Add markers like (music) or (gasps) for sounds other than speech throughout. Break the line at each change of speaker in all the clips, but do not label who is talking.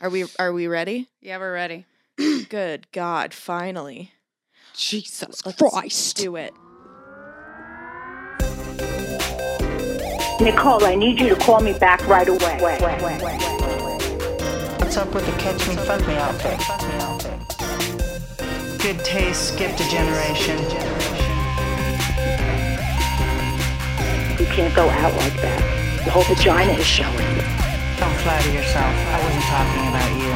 Are we are we ready?
Yeah, we're ready.
(clears throat) Good God, finally.
Jesus
Let's
Christ.
do it.
Nicole, I need you to call me back right away.
What's up with the catch me, fuck me outfit? Good taste, skipped a generation.
You can't go out like that. The whole vagina is showing.
Don't flatter yourself. I wasn't talking about you.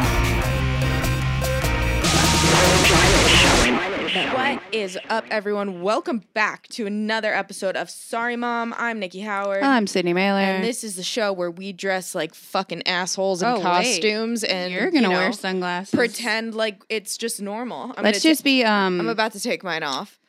What is up, everyone? Welcome back to another episode of Sorry Mom. I'm Nikki Howard.
I'm Sydney Mailer.
and this is the show where we dress like fucking assholes in
Oh, wait.
costumes and
You're gonna
you know,
wear sunglasses.
pretend like it's just normal. I'm
Let's
gonna
just be um
i I'm about to take mine off.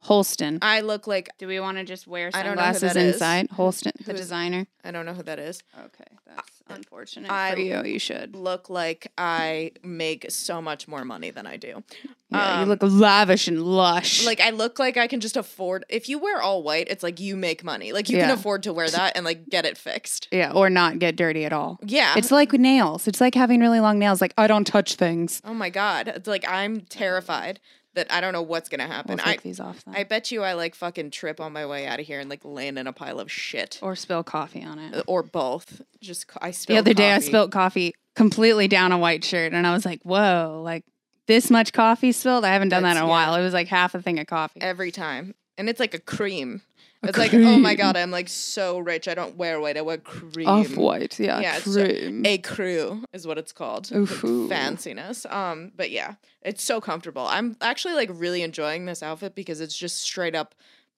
Holston.
I look like
do we want to just wear
I don't know who
sunglasses
that is.
inside? Holston, the
Who's-
designer.
I don't know who that is.
Okay, that's unfortunate
I-
for you. You should.
Look like I make so much more money than I do.
Yeah,
Um,
you look lavish and lush.
Like I look like I can just afford. If you wear all white, it's like you make money. Like you can
Yeah.
afford to
(laughs)
wear that and like get it fixed.
yeah, or not get dirty at all.
Yeah.
It's like nails. It's like having really long nails. Like I don't touch things.
oh my god. It's like I'm terrified that I don't know what's gonna happen.
We'll
I
take these off then.
I bet you I like fucking trip on my way out of here and like land in a pile of shit
or spill coffee on it.
or both. Just co- I spilled
the other day I
coffee.
spilled coffee completely down a white shirt and I was like, whoa, like this much coffee spilled? I haven't done
That's-
that in a
yeah.
while. It was like half a thing of coffee.
every time. And it's like a cream.
A
it's like, oh my
cream. Oh,
god, I'm like so rich. I don't wear white. I wear cream.
Off white, yeah.
Yeah, it's a-
cream.
a crew is what it's called the
Ooh-hoo.
fanciness um but yeah it's so comfortable i'm actually like really enjoying this outfit because it's just straight up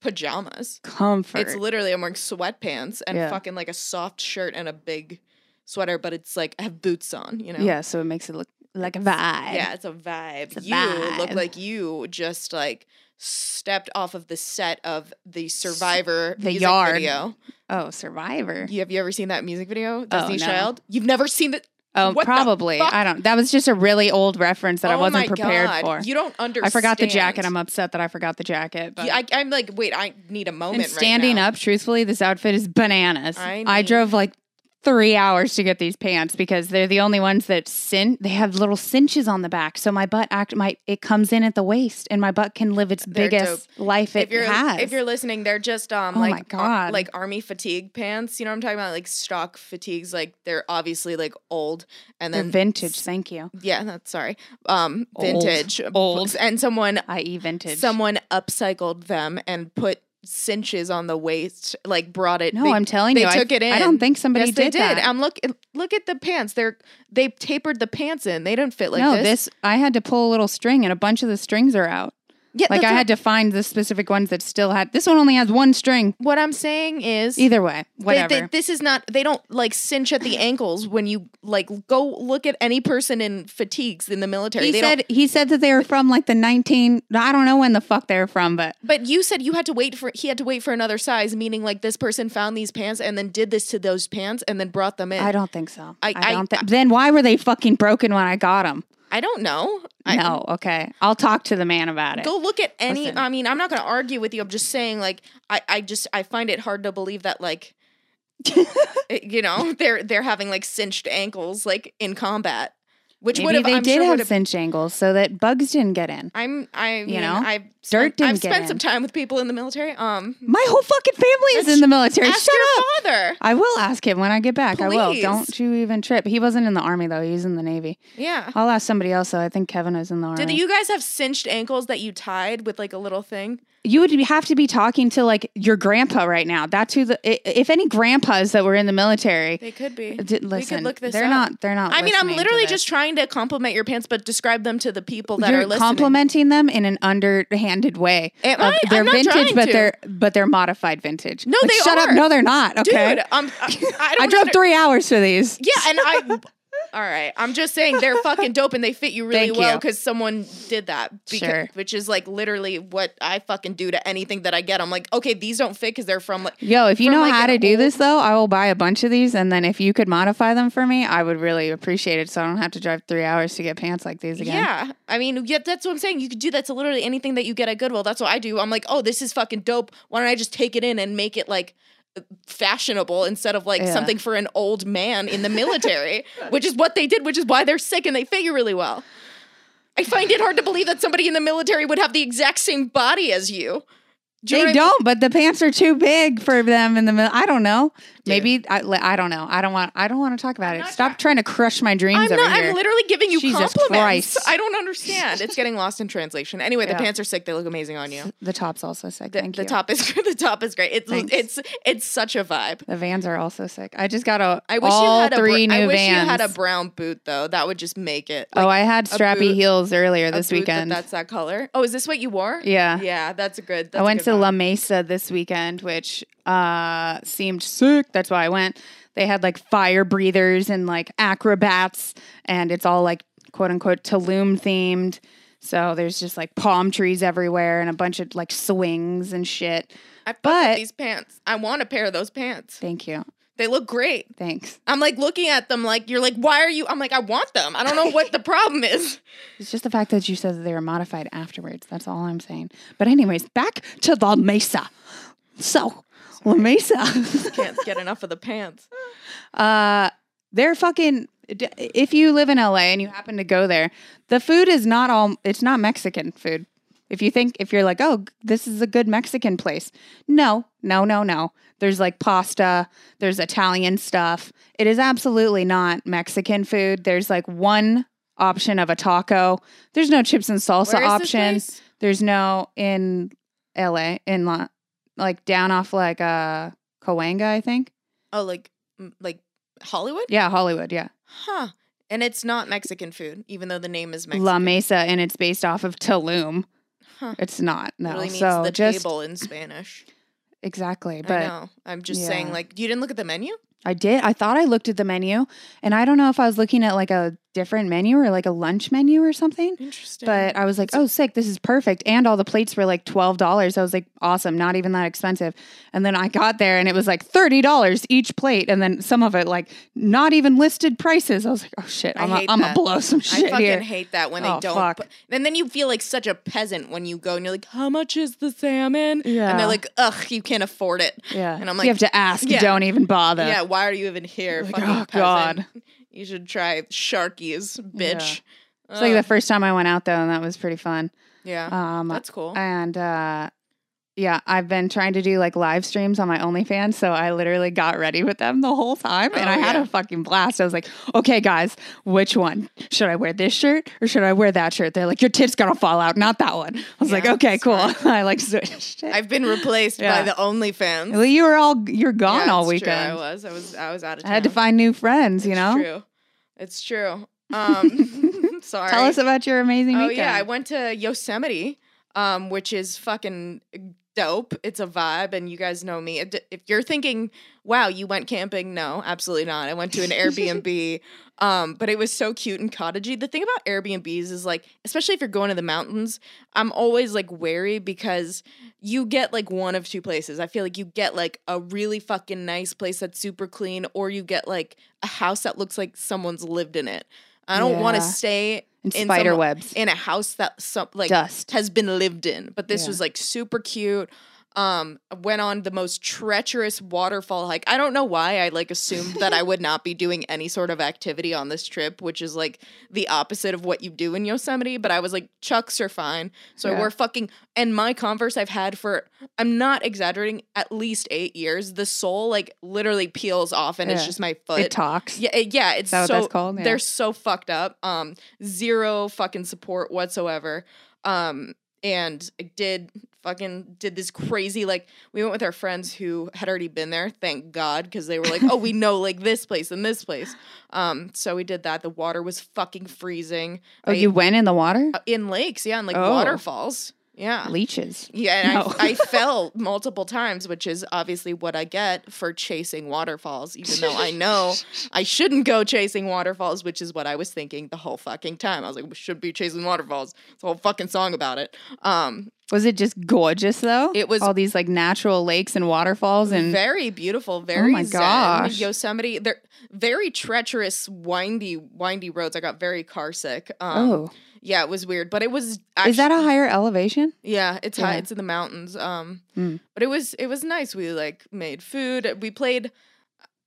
pajamas
Comfort.
it's literally i'm wearing sweatpants and
Yeah.
fucking like a soft shirt and a big sweater but it's like i have boots on you know
Yeah, so it makes it look like a vibe.
yeah it's a vibe
a
you look
vibe.
like you just like stepped off of the set of the survivor
The
music
Yard.
video
Oh, Survivor.
you, have you ever seen that music video disney
Oh, no.
child you've never seen it
Oh,
What the
probably.
fuck?
I don't. That was just a really old reference that I
Oh
wasn't
my
prepared
God.
for.
You don't understand.
I forgot the jacket. I'm upset that I forgot the jacket. But
Yeah, I, am like, wait, I need a moment.
and
right
standing
now.
up, truthfully, this outfit is bananas.
I
I,
mean-
drove like three hours to get these pants because they're the only ones that cinch. They have little cinches on the back, so my butt act my it comes in at the waist, and my butt can live its
They're
biggest life it
if you're
has.
if you're listening, they're just um
Oh my
like ar-
God.
like army fatigue pants. You know what I'm talking about? Like stock fatigues. Like they're obviously like old and
They're
then
vintage, thank you.
Yeah, that's sorry. Um,
Old.
vintage,
Old.
and someone
I.e. E vintage.
someone upcycled them and put cinches on the waist. Like brought it.
no,
they-
I'm telling
they
you,
took
I,
it in.
I don't think somebody
yes,
did,
they did.
that.
I'm look look at the pants. They're they tapered the pants in. They don't fit like
no,
this.
this I had to pull a little string, and a bunch of the strings are out.
yeah,
Like
that's
I
what-
had to find the specific ones that still had. This one only has one string.
What I'm saying is
Either way,
they-
whatever.
they- this is not they don't like cinch at the ankles when you like go look at any person in fatigues in the military.
He
They don't-
said he said that they were from like the nineteen. I don't know when the fuck they're from, but
but you said you had to wait for he had to wait for another size, meaning like this person found these pants and then did this to those pants and then brought them in.
I don't think so.
I-
I,
I-
don't. think then why were they fucking broken when I got them?
I don't know. I,
No, okay. I'll talk to the man about it.
Go look at any.
Listen.
I mean, I'm not going to argue with you. I'm just saying, like, I, I just I find it hard to believe that,
(laughs)
like, it- you know, they're they're having like cinched ankles, like in combat, which would
Maybe
have
they
I'm
did
sure would have
have cinch angles so that bugs didn't get in.
I'm I mean,
know?
I've
Dirt
spent, I've
didn't get
spent some
in.
time with people in the military. Um
My whole fucking family is in the military.
ask
Shut
your
up.
father.
I will ask him when I get back. I will.
Please.
Don't you even trip. He wasn't in the army though. He was in the navy.
Yeah.
I'll ask somebody else. though. I think Kevin was in the army.
Did you guys have cinched ankles that you tied with like a little thing?
you would have to be talking to like your grandpa right now. That's who the i- if any grandpas that were in the military.
They could be.
Uh, d- listen,
we could look this
they're
up.
not. They're not.
I mean, I'm
listening to
literally
this.
just trying to compliment your pants, but describe them to the people that
You're
are listening.
complimenting them in an underhanded way.
Am
of
I? I'm
They're
not
vintage,
trying
but
to.
they're but they're modified vintage.
No,
Like,
they
shut
are.
up. No, they're not.
Dude,
Okay,
um, I, I,
I
don't
drove
under-
three hours for these.
Yeah, and I. All right, I'm just saying they're fucking dope and they fit you really
Thank
well
you.
because someone did that. Beca-
Sure.
Which is like literally what I fucking do to anything that I get. I'm like, okay, these don't fit because they're from like
Yo, if you
From,
know
like,
how
an
to do
old-
this though, I will buy a bunch of these, and then if you could modify them for me, I would really appreciate it. So I don't have to drive three hours to get pants like these again.
Yeah. I mean, yeah, that's what I'm saying. You could do that to literally anything that you get at Goodwill. That's what I do. I'm like, oh, this is fucking dope. Why don't I just take it in and make it like fashionable instead of like
Yeah.
something for an old man in the military, (laughs) which is what they did, which is why they're sick and they fit you really well. I find it hard to believe that somebody in the military would have the exact same body as you. Do you
They
know what
don't, but the pants are too big for them in the middle. I don't know. Maybe I, li- I don't know. I don't want. I don't want to talk about it. Stop trying to crush my dreams
I mean? I'm
over
not.
here.
I'm literally giving you
Jesus
compliments.
Christ.
(laughs) I don't understand. It's getting lost in translation. Anyway,
Yeah.
the pants are sick. They look amazing on you.
the top's also sick.
The,
Thank
the
you.
top is (laughs) the top is great. It's
Thanks.
it's it's such a vibe.
The Vans are also sick. I just got a.
I wish
all
you had
three
a br-
new
I wish
Vans.
you had a brown boot though. That would just make it.
oh, I had strappy
boot-
heels earlier
a
this
boot that
weekend.
that's that color. Oh, is this what you wore?
yeah.
Yeah, that's a good. That's
I
a
went
good
to
vibe.
La Mesa this weekend, which uh, seemed sick. That's why I went. They had like fire breathers and like acrobats, and it's all like quote unquote Tulum themed. So there's just like palm trees everywhere and a bunch of like swings and shit.
I fuck with
but-
these pants. I want a pair of those pants.
Thank you.
They look great.
Thanks.
I'm like looking at them like you're like, why are you? I'm like, I want them. I don't know what the problem is. (laughs)
It's just the fact that you said that they were modified afterwards. That's all I'm saying. But, anyways, back to La Mesa. So, La Mesa. (laughs)
Can't get enough of the pants.
Uh, they're fucking. d- If you live in LA and you happen to go there, the food is not all. It's not Mexican food. If you think if you're like, oh, g- this is a good Mexican place, no, no, no, no. There's like pasta. There's Italian stuff. It is absolutely not Mexican food. There's like one option of a taco. There's no chips and salsa
Where is this
option.
place?
There's no in LA in La, like down off like uh Coanga, I think.
Oh, like m- like Hollywood?
Yeah, Hollywood. Yeah.
Huh. And it's not Mexican food, even though the name is Mexican.
La Mesa, and it's based off of Tulum.
Huh.
It's not no.
Literally means
so
the
just
table in Spanish.
exactly,
I
but I,
know. I'm just saying,
yeah.
like, you didn't look at the menu?
did. I thought I looked at the menu, and I don't know if I was looking at like a different menu or like a lunch menu or something.
Interesting.
But I was like, oh, sick! This is perfect, and all the plates were like twelve dollars. I was like, awesome, not even that expensive. And then I got there, and it was like thirty dollars each plate, and then some of it like not even listed prices. I was like, oh shit,
I
I'm
hate
gonna
that.
blow some
I
(laughs) shit
fucking
here.
hate that when they
Oh,
don't.
fuck.
put- and then you feel like such a peasant when you go and you're like, how much is the salmon? And
Yeah.
they're like, ugh, you can't afford it.
yeah,
and I'm
you
like,
have to ask.
yeah.
Don't even bother.
Yeah, why are you even here?
Like,
fucking
oh,
peasant? You should try Sharkies, bitch.
It's like the
Ugh.
first time I went out though, and that was pretty fun.
yeah,
Um,
that's cool.
and uh, yeah, I've been trying to do like live streams on my OnlyFans, so I literally got ready with them the whole time, and
Oh,
I had
yeah.
a fucking blast. I was like, "Okay, guys, which one should I wear? This shirt or should I wear that shirt?" They're like, "Your tip's gonna fall out, not that one." I was like,
Yeah,
"Okay,
that's
cool." (laughs) I like switched. it.
I've been replaced
Yeah.
by the OnlyFans.
well, you were all you're
Yeah,
gone all
it's true,
weekend.
I was, I was, I was out of
I
town.
had to find new friends. You
It's
know,
true. It's true. Um, (laughs) sorry.
(laughs) tell us about your amazing
Oh
weekend.
yeah, I went to Yosemite, um, which is fucking dope. It's a vibe, and you guys know me. It- If you're thinking, "Wow, you went camping?" No, absolutely not. I went to an Airbnb, um, but it was so cute and cottagey. The thing about Airbnbs is like, especially if you're going to the mountains, I'm always like wary because you get like one of two places. I feel like you get like a really fucking nice place that's super clean, or you get like a house that looks like someone's lived in it. I don't want to
Yeah.
stay
and
in some-
spider webs,
in a house that some like
dust.
has been lived in. But this
Yeah.
was like super cute. Um, went on the most treacherous waterfall hike. I don't know why I like assumed
(laughs)
that I would not be doing any sort of activity on this trip, which is like the opposite of what you do in Yosemite. But I was like, chucks are fine. So
Yeah.
I wore fucking and my Converse I've had for I'm not exaggerating at least eight years. The sole like literally peels off and it's
Yeah.
just my
It
foot.
talks.
Yeah, it- yeah, it's
that what
so
that's called? Yeah.
they're so fucked up. Um, zero fucking support whatsoever. Um, and I did fucking did this crazy like we went with our friends who had already been there, thank God, because they were like,
(laughs)
oh, we know like this place and this place. Um, so we did that. The water was fucking freezing.
Oh,
I-
you went in the water?
uh, in lakes, yeah, and like
Oh.
waterfalls, yeah.
Leeches.
Yeah, and
No.
I, I fell multiple times, which is obviously what I get for chasing waterfalls, even though I know I shouldn't go chasing waterfalls, which is what I was thinking the whole fucking time. I was like, we should be chasing waterfalls. It's a whole fucking song about it. Um,
Was it just gorgeous though?
It was-
all these like natural lakes and waterfalls and
very beautiful, very
Oh my
zen.
gosh.
Yosemite. They're very treacherous, windy, windy roads. I got very carsick. Um,
oh,
yeah, it was weird, but it was. Actually,
is that a higher elevation?
Yeah, it's high.
Yeah.
It's in the mountains. Um,
Mm.
but it was it was nice. We like made food. We played.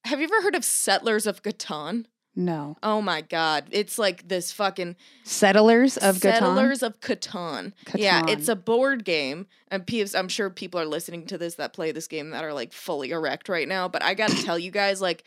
Have you ever heard of Settlers of Catan?
No,
Oh my god, it's like this fucking
settlers of Catan.
Settlers of Catan. Yeah,
Catan.
it's a board game, and peeps. I'm sure people are listening to this that play this game that are like fully erect right now. But I gotta tell you guys, like.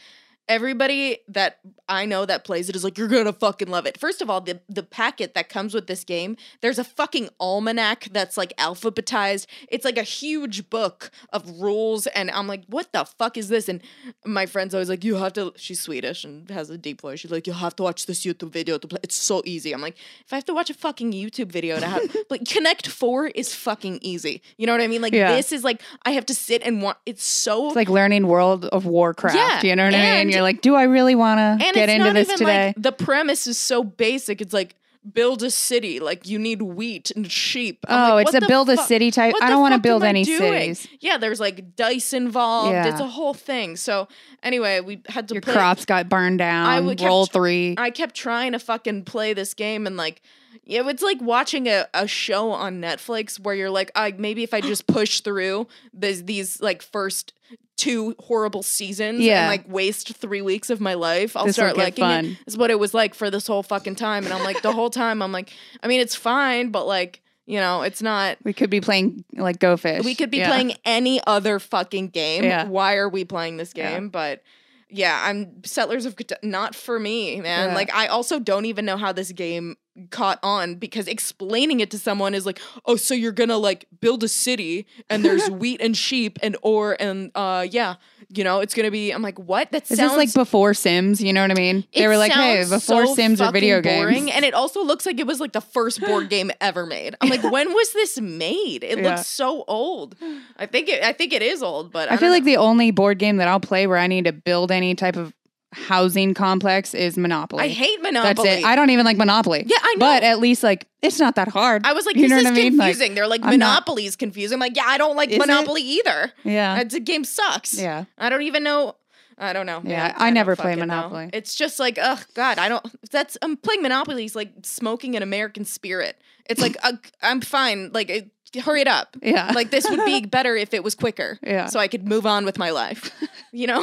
Everybody that I know that plays it is like, you're gonna fucking love it. First of all, the, the packet that comes with this game, there's a fucking almanac that's like alphabetized. It's like a huge book of rules. And I'm like, what the fuck is this? And my friend's always like, you have to, she's Swedish and has a deep voice. She's like, you have to watch this YouTube video to play. It's so easy. I'm like, if I have to watch a fucking YouTube video
(laughs)
to have, like, Connect Four is fucking easy. You know what I mean? Like,
Yeah.
this is like, I have to sit and want, it's so
It's like learning World of Warcraft.
Yeah,
you know what I mean?
and-
You're like, do I really want to
and
get
it's
into
not
this
even
today?
like the premise is so basic. It's like build a city. Like you need wheat and sheep. I'm
oh,
like,
it's
what
a
the
build a
fuck-
city type.
what
I
the
don't want to
fuck
build
am I
any
doing?
cities.
Yeah, there's like dice involved. It's
Yeah.
a whole thing. So anyway, we had to
Your
play.
crops got burned down.
I would kept-
roll three.
I kept trying to fucking play this game and like yeah, it's like watching a, a show on Netflix where you're like, I maybe
(gasps)
if I just push through these these like first two horrible seasons
Yeah.
and like waste three weeks of my life, I'll
This will
start
get
liking
fun.
it. Is what it was like for this whole fucking time. And I'm like the whole time I'm like, I mean it's fine, but like, you know, it's not
we could be playing like Go Fish.
we could be
Yeah.
playing any other fucking game.
Yeah.
Why are we playing this
Yeah.
game? But yeah, I'm Settlers of Catan- not for me, man.
Yeah.
Like I also don't even know how this game caught on because explaining it to someone is like, oh, so you're gonna like build a city and
(laughs)
there's wheat and sheep and ore and uh yeah, you know it's gonna be. I'm like, what? That
Is
sounds
this like before Sims? You know what I mean? They
it
were like, hey,
sounds
before
so
Sims or
fucking
video
boring,
games.
And it also looks like it was like the first board game ever made. I'm
(laughs)
like, when was this made? It
Yeah.
looks so old. I think it I think it is old, but I,
I feel
don't
like
know.
the only board game that I'll play where I need to build any type of housing complex is Monopoly.
I hate
That's
Monopoly.
it. I don't even like Monopoly.
Yeah, I
But
know.
at least like it's not that hard.
I was like,
You
this
know
is
what I mean? Like,
confusing. They're like,
I'm not-
Monopoly's confusing. I'm like, yeah, I don't like
Is it?
Monopoly either.
yeah.
Uh, The game sucks.
(laughs) yeah.
I don't even know. I don't know.
Yeah,
man.
I
don't
never play
fucking know.
Monopoly.
It's just like, ugh, God, I don't. That's I'm playing Monopoly is like smoking an American spirit. It's like uh, I'm fine. Like, it, hurry it up.
Yeah.
(laughs) like this would
(laughs)
be better if it was quicker
Yeah.
so i could move on with my life (laughs) you know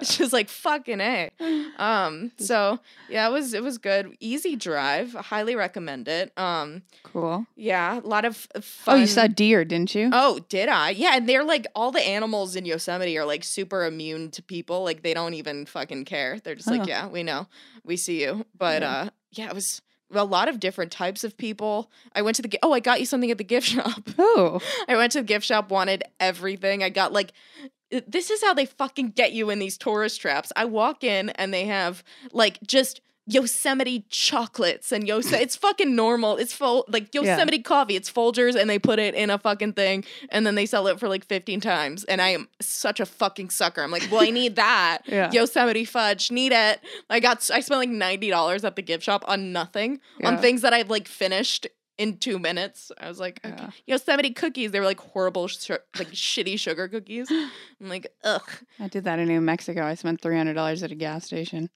it's just like fucking a um so yeah it was it was good easy drive highly recommend it um
cool.
yeah a lot of f-
Oh, you
fun-
saw deer, didn't you?
Oh, did I? Yeah, and they're like all the animals in Yosemite are like super immune to people. Like they don't even fucking care. They're just
Oh.
like, yeah, we know, we see you. But
Yeah.
uh, yeah, it was a lot of different types of people. I went to the gi- oh, I got you something at the gift (laughs) shop.
Oh.
I went to the gift shop, wanted everything. I got like, this is how they fucking get you in these tourist traps. I walk in and they have like just Yosemite chocolates and
(laughs)
Yosemite. it's fucking normal. It's full like Yosemite coffee. It's Folgers and they put it in a fucking thing and then they sell it for like 15 times. And I am such a fucking sucker. I'm like, well, I need that.
(laughs) Yeah.
Yosemite fudge, need it. I got s- I spent like ninety dollars at the gift shop on nothing
Yeah.
on things that I've like finished in two minutes. I was like, okay.
Yeah.
Yosemite cookies. They were like horrible, sh- like shitty sugar
(gasps)
cookies. I'm like, ugh.
I did that in New Mexico. I spent three hundred dollars at a gas station.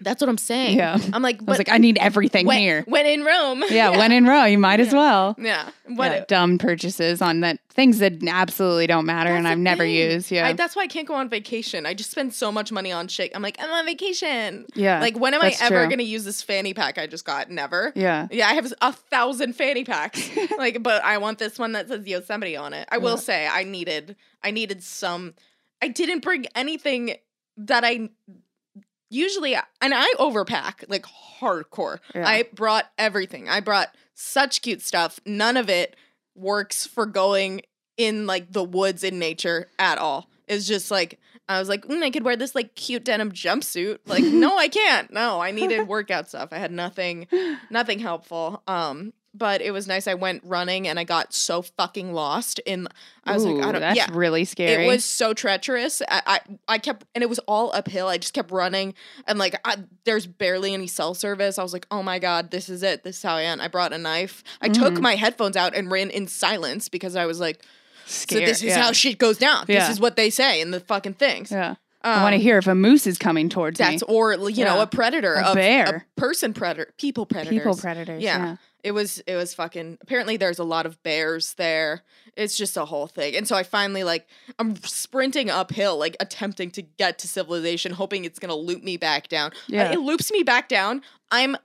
That's what I'm saying.
Yeah.
I'm like,
I was
but
like, I need everything
when, (laughs)
here.
when in Rome.
Yeah, when in row, you might as well.
yeah. When
Yeah, dumb purchases on that things that absolutely don't matter and
That's
I've
the
never
thing.
used. Yeah,
I, that's why I can't go on vacation. I just spend so much money on shit. I'm like, I'm on vacation.
yeah,
Like, when am I
that's
ever
true.
gonna use this fanny pack I just got? Never.
yeah.
Yeah, I have a thousand fanny
(laughs)
packs. like, but I want this one that says Yosemite on it. I will
Yeah.
say I needed I needed some I didn't bring anything that I usually and I overpack like hardcore.
Yeah.
I brought everything. I brought such cute stuff. None of it works for going in like the woods in nature at all. It's just like I was like, mm, I could wear this like cute denim jumpsuit. Like,
(laughs)
no, I can't. No, I needed workout stuff. I had nothing, nothing helpful. Um, but it was nice. I went running and I got so fucking lost in. I was like, I
Ooh,
don't.
That's
yeah,
really
it
scary.
was so treacherous. I, I I kept and it was all uphill. I just kept running and like I, there's barely any cell service. I was like, oh my god, this is it. This is how I end. I brought a knife. I took
Mhm.
my headphones out and ran in silence because I was like, so
scary.
this is
yeah.
how shit goes down.
Yeah.
This is what they say in the fucking things.
yeah.
Um,
I want to hear if a moose is coming towards
That's
me.
or you know
Yeah.
a predator,
A
of-
bear.
a person predator, people predators.
People predators.
Yeah.
Yeah.
It was it was fucking apparently there's a lot of bears there. It's just a whole thing. And so I finally like I'm sprinting uphill, like attempting to get to civilization, hoping it's gonna loop me back down. Uh,
Yeah.
It loops me back down. I'm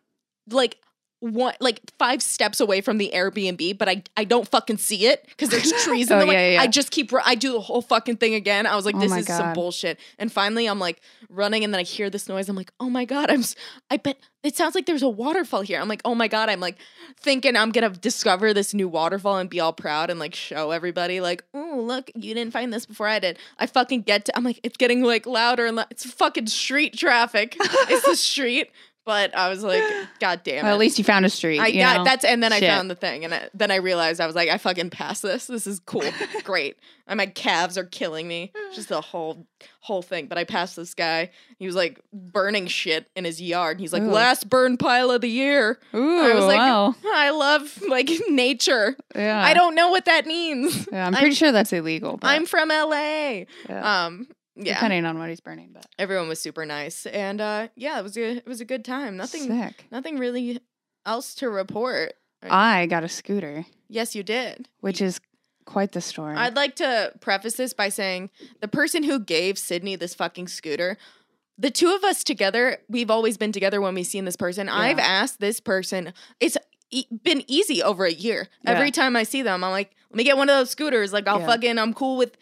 like one like five steps away from the Airbnb, but I I don't fucking see it because
(laughs)
there's trees in
Oh,
the way.
yeah, yeah, yeah.
I just keep ru- I do the whole fucking thing again. I was like,
Oh
this
my
is some
God.
bullshit. And finally, I'm like running, and then I hear this noise. I'm like, oh my god, I'm s- I bet it sounds like there's a waterfall here. I'm like, oh my god, I'm like thinking I'm gonna discover this new waterfall and be all proud and like show everybody like, oh look, you didn't find this before I did. I fucking get to. I'm like, it's getting like louder and lou- it's fucking street
(laughs)
traffic. it's the street. But I was like, god damn it.
Well, at least you found a street.
I
you
got
know?
that's and then
Shit.
I found the thing and I, then I realized I was like I fucking passed this. This is
(laughs)
cool, great. And my calves are killing me. Just the whole whole thing. But I passed this guy. He was like burning shit in his yard. He's like
Ooh.
last burn pile of the year.
Ooh,
I was like
wow.
I love like (laughs) nature.
Yeah.
I don't know what that means.
Yeah, I'm pretty
I'm-
sure that's illegal. But,
I'm from LA.
yeah.
Um, yeah.
depending on what he's burning, but
Everyone was super nice and uh, yeah, it was a it was a good time. Nothing
Sick.
nothing really else to report.
I got a scooter,
Yes, you did.
which is quite the story.
I'd like to preface this by saying the person who gave Sydney this fucking scooter, the two of us together, we've always been together when we've seen this person. I've
Yeah.
asked this person, it's e- been easy over a year. Every
Yeah.
time I see them, I'm like, let me get one of those scooters. Like, I'll
Yeah.
fucking, I'm cool with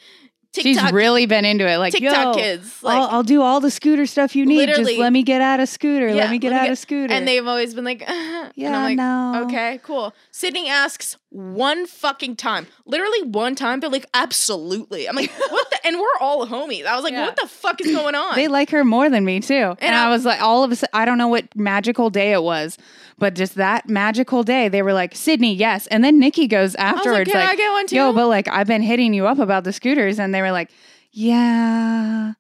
She's
TikTok,
really been into it. Like
TikTok
yo,
kids. Like,
I'll, I'll do all the scooter stuff you need. Just
Literally.
let me get out of scooter.
Yeah,
let me get
let me
out
get-
of scooter.
and they've always been like, (laughs)
yeah,
and I'm like,
no.
Okay, cool. Sydney asks one fucking time, literally one time, but like absolutely. I'm like, what the? And we're all homies. I was like,
Yeah.
what the fuck is
(clears throat)
going on?
They like her more than me too. And,
I-
I was like, all of a sudden, I don't know what magical day it was, but just that magical day, they were like, Sydney, yes. And then Nikki goes afterwards,
"Can I
like,
get one
Yo,
too?"
but like, I've been hitting you up about the scooters. And they were like, yeah,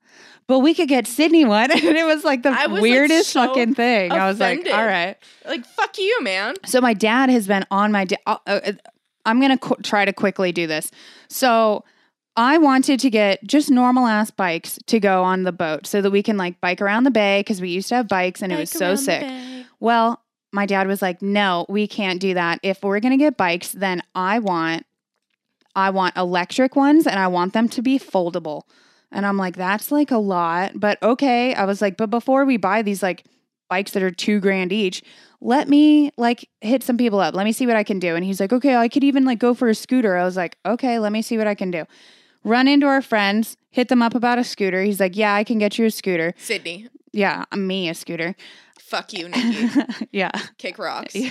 but we could get Sydney one. (laughs) And it was like the
I was, like,
weirdest
so
fucking thing. I was like,
offended.
all right.
like, fuck you, man.
So my dad has been on my. Da- uh, uh, I'm gonna qu- try to quickly do this. So I wanted to get just normal ass bikes to go on the boat so that we can like bike around the bay because we used to have bikes and it was so sick. Well, my dad was like, "No, we can't do that. If we're gonna get bikes, then I want, I want electric ones and I want them to be foldable." And I'm like, "That's like a lot, but okay." I was like, "But before we buy these like bikes that are two grand each." let me like hit some people up. Let me see what I can do. And he's like, okay, I could even like go for a scooter. I was like, okay, let me see what I can do. Run into our friends, hit them up about a scooter. He's like, yeah, I can get you a scooter.
Sydney,
Yeah, me a scooter. (laughs)
fuck you, Nikki.
yeah.
Kick rocks.
Yeah.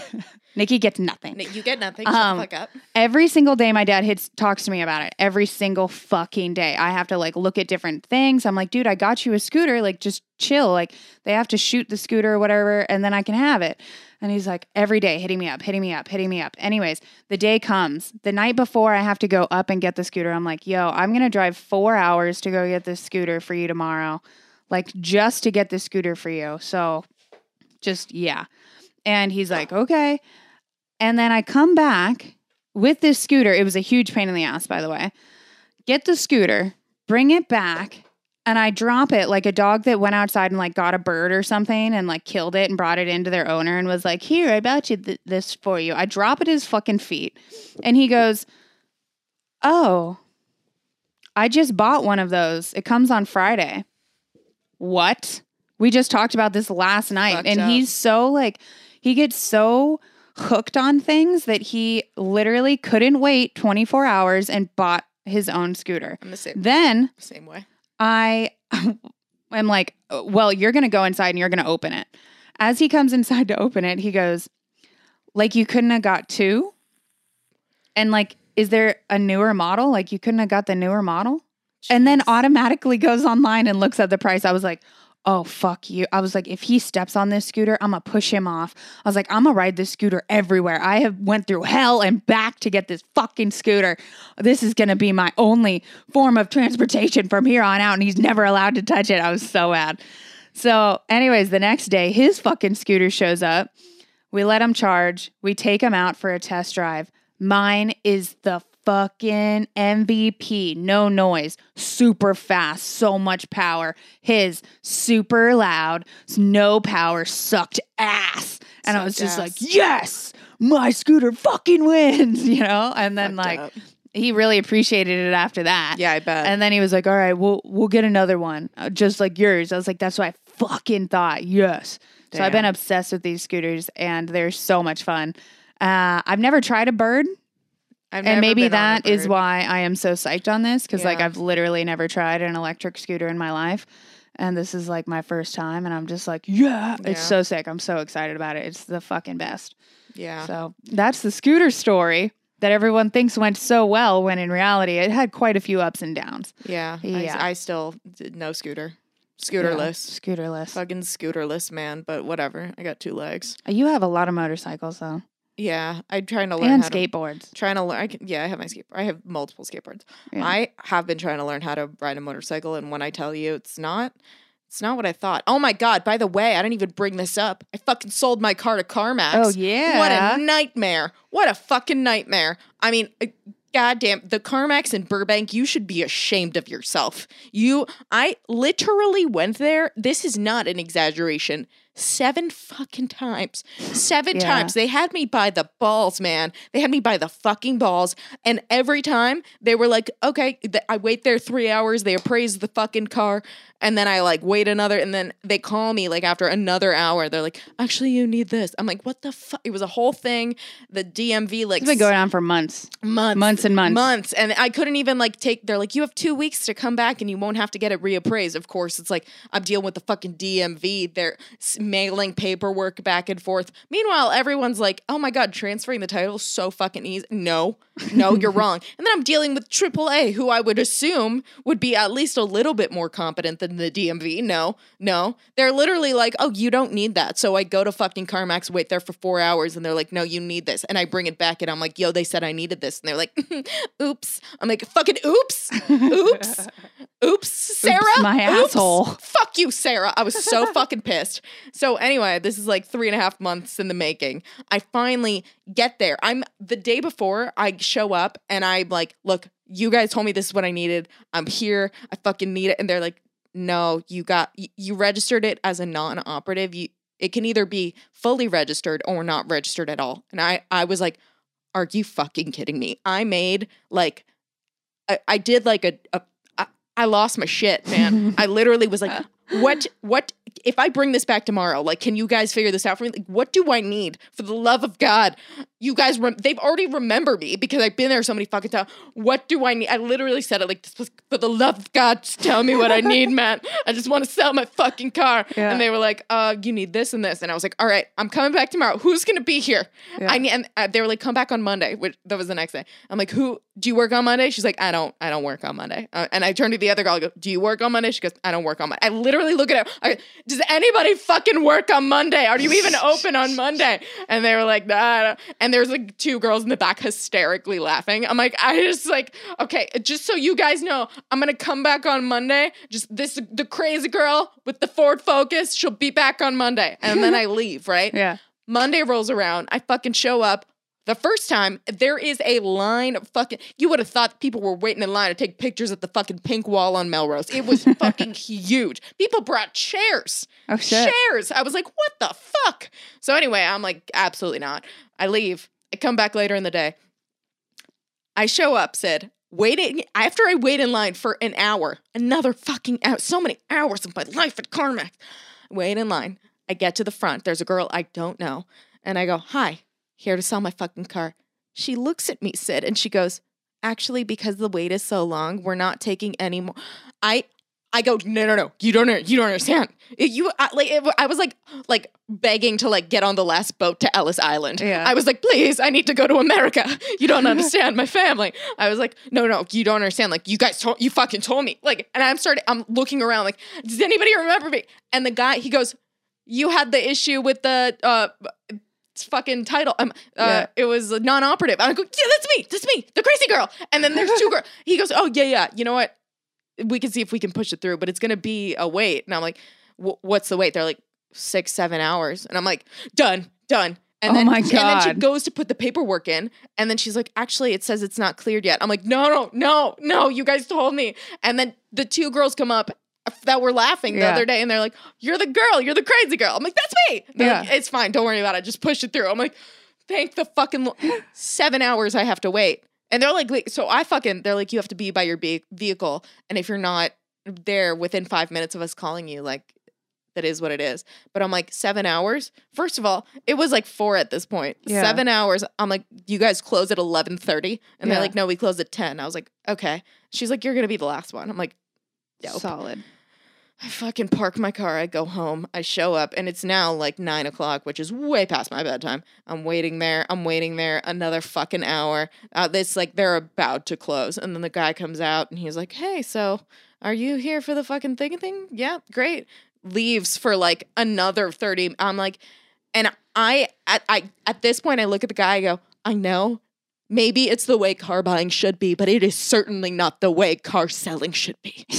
Nikki gets nothing.
Nick, you get nothing. Shut
Um,
the fuck up.
Every single day, my dad hits talks to me about it. Every single fucking day, I have to like look at different things. I'm like, dude, I got you a scooter. Like, just chill. Like, they have to shoot the scooter or whatever, and then I can have it. And he's like, every day, hitting me up, hitting me up, hitting me up. Anyways, the day comes. The night before, I have to go up and get the scooter. I'm like, yo, I'm gonna drive four hours to go get this scooter for you tomorrow, like just to get this scooter for you. So, just yeah. And he's like, okay. And then I come back with this scooter, it was a huge pain in the ass, by the way. Get the scooter, bring it back, and I drop it like a dog that went outside and like got a bird or something and like killed it and brought it into their owner and was like, "Here, I bought you th- this for you." I drop it at his fucking feet, and he goes, "Oh, I just bought one of those. It comes on Friday." What? We just talked about this last night,
Fucked
and
up.
he's so like, he gets so hooked on things that he literally couldn't wait 24 hours and bought his own scooter.
I'm the same
Then
same way.
I (laughs) am like, well, you're going to go inside and you're going to open it. As he comes inside to open it, he goes, like, you couldn't have got two? And like, is there a newer model? Like, you couldn't have got the newer model? And then
Jeez.
automatically goes online and looks at the price. I was like, oh fuck you. I was like, if he steps on this scooter, I'm gonna push him off. I was like, I'm gonna ride this scooter everywhere. I have went through hell and back to get this fucking scooter. This is gonna be my only form of transportation from here on out, and he's never allowed to touch it. I was so mad. So, anyways, the next day, his fucking scooter shows up. We let him charge. We take him out for a test drive. Mine is the fucking MVP. No noise, super fast, so much power. His super loud, s- no power, sucked ass. And I was
Sucked ass.
just like, yes, my scooter fucking wins, (laughs) you know? And then,
Fucked
like,
up.
he really appreciated it after that.
yeah, I bet.
And then he was like, "All right, we'll we'll get another one, uh, just like yours." I was like, "That's what I fucking thought." Yes. So I've been
Damn.
obsessed with these scooters, and they're so much fun. Uh, I've never tried a bird,
I've never
and maybe
been on a
that is
bird.
why I am so psyched on this because like
Yeah.
I've literally never tried an electric scooter in my life, and this is like my first time, and I'm just like, yeah,
Yeah.
it's so sick. I'm so excited about it. It's the fucking best.
Yeah.
So that's the scooter story that everyone thinks went so well, when in reality it had quite a few ups and downs.
Yeah.
Yeah.
I, I still did no scooter.
Yeah,
Scooterless.
Scooterless.
Fucking scooterless, man. But whatever. I got two legs.
You have a lot of motorcycles though,
Yeah. I'm trying to learn
and
how to
skateboards.
trying to learn. I can, yeah, I have my skateboard. I have multiple skateboards.
Yeah.
I have been trying to learn how to ride a motorcycle, and when I tell you, it's not. It's not what I thought. Oh my god! By the way, I didn't even bring this up. I fucking sold my car to CarMax.
Oh, yeah.
What a nightmare! What a fucking nightmare! I mean. uh, Goddamn, the CarMax in Burbank, you should be ashamed of yourself. You, I literally went there. This is not an exaggeration. Seven fucking times. Seven
Yeah.
times. They had me by the balls, man. They had me by the fucking balls. And every time they were like, okay, th- I wait there three hours. They appraise the fucking car. And then I like wait another. And then they call me like after another hour. They're like, actually, you need this. I'm like, what the fuck? It was a whole thing. The DMV like
It's been going on for months.
months,
months and months.
months, and I couldn't even like take. They're like, you have two weeks to come back, and you won't have to get it reappraised. Of course, it's like I'm dealing with the fucking DMV. They're s- mailing paperwork back and forth. Meanwhile, everyone's like, oh my god, transferring the title is so fucking easy. No, no, you're wrong. And then I'm dealing with AAA, who I would assume would be at least a little bit more competent than the DMV. No, no, they're literally like, oh, you don't need that. So I go to fucking CarMax, wait there for four hours, and they're like, no, you need this. And I bring it back, and I'm like, yo, they said I needed this, and they're like, (laughs) oops. I'm like, fucking oops,
(laughs)
oops, oops, Sarah,
my
Oops.
asshole.
Fuck you, Sarah. I was so (laughs) fucking pissed. So anyway, this is like three and a half months in the making. I finally get there. I'm the day before I show up, and I'm like, look, you guys told me this is what I needed. I'm here. I fucking need it. And they're like, no, you got you, you registered it as a non-operative. You it can either be fully registered or not registered at all. And I I was like, are you fucking kidding me? I made like I, I did like a, a I, I lost my shit, man. I literally was like, what what if I bring this back tomorrow? Like, can you guys figure this out for me? Like, what do I need for the love of God? You guys, rem- they've already remember me because I've been there so many fucking times. What do I need? I literally said it like this was for the love of God. Just tell me what I need, man. I just want to sell my fucking car.
Yeah.
And they were like, uh, you need this and this. And I was like, all right, I'm coming back tomorrow. Who's gonna be here?
Yeah.
I need. And uh, they were like, come back on Monday, which that was the next day. I'm like, who? Do you work on Monday? She's like, I don't. I don't work on Monday. Uh, and I turned to the other girl. I go, do you work on Monday? She goes, I don't work on Monday. I literally look at her. I, go, Does anybody fucking work on Monday? Are you even open on Monday? And they were like, nah. I don't." And there's like two girls in the back hysterically laughing. I'm like, I just like, okay, just so you guys know, I'm gonna come back on Monday. Just this, the crazy girl with the Ford Focus. She'll be back on Monday. And then I leave. Right.
Yeah.
Monday rolls around. I fucking show up. The first time, there is a line of fucking. You would have thought people were waiting in line to take pictures at the fucking pink wall on Melrose. It was fucking huge. People brought chairs.
Oh shit.
Chairs. I was like, what the fuck? So anyway, I'm like, absolutely not. I leave. I come back later in the day. I show up, Sid. Waiting after I wait in line for an hour, another fucking hour, so many hours of my life at Carmack. Wait in line. I get to the front. There's a girl I don't know. And I go, Hi, here to sell my fucking car. She looks at me, Sid, and she goes, Actually, because the wait is so long, we're not taking any more. I I go, no, no, no, you don't, you don't understand. It- You I, like, it, I was like, like begging to like get on the last boat to Ellis Island.
Yeah.
I was like, please, I need to go to America. You don't understand my family. I was like, no, no, you don't understand. Like, you guys, told, you fucking told me. Like, and I'm started, I'm looking around, like, does anybody remember me? And the guy, he goes, you had the issue with the uh, fucking title. Um, uh,
Yeah.
It was non-operative. I go, yeah, that's me. That's me, the crazy girl. And then there's
(laughs)
two girls. He goes, oh yeah, yeah. You know what? We can see if we can push it through, but it's gonna be a wait. And I'm like, "Wh- what's the wait? They're like six, seven hours. And I'm like, done, done. And
Oh
then,
my
And then she
God.
goes to put the paperwork in, and then she's like, "Actually, it says it's not cleared yet." I'm like, "No, no, no, no! You guys told me." And then the two girls come up uh, that were laughing the
Yeah.
other day, and they're like, "You're the girl. You're the crazy girl." I'm like, "That's me." And they're like, it's fine. Don't worry about it. Just push it through. I'm like, thank the fucking lo- (gasps) seven hours I have to wait. And they're like, like- so I fucking, they're like, you have to be by your be- vehicle. And if you're not there within five minutes of us calling you, like, that is what it is. But I'm like, seven hours? First of all, it was like four at this point.
Yeah.
Seven hours. I'm like, you guys close at 11.30? And they're
Yeah.
like, no, we close at 10. I was like, okay. She's like, you're going to be the last one. I'm like, dope.
Solid.
I fucking park my car. I go home. I show up, and it's now like nine o'clock, which is way past my bedtime. I'm waiting there. I'm waiting there another fucking hour. Uh, it's like they're about to close, and then the guy comes out, and he's like, "Hey, so are you here for the fucking thing thing? Yeah, great." Leaves for like another thirty. I'm like, and I at I at this point, I look at the guy. I go, "I know." Maybe it's the way car buying should be, but it is certainly not the way car selling should be. (laughs)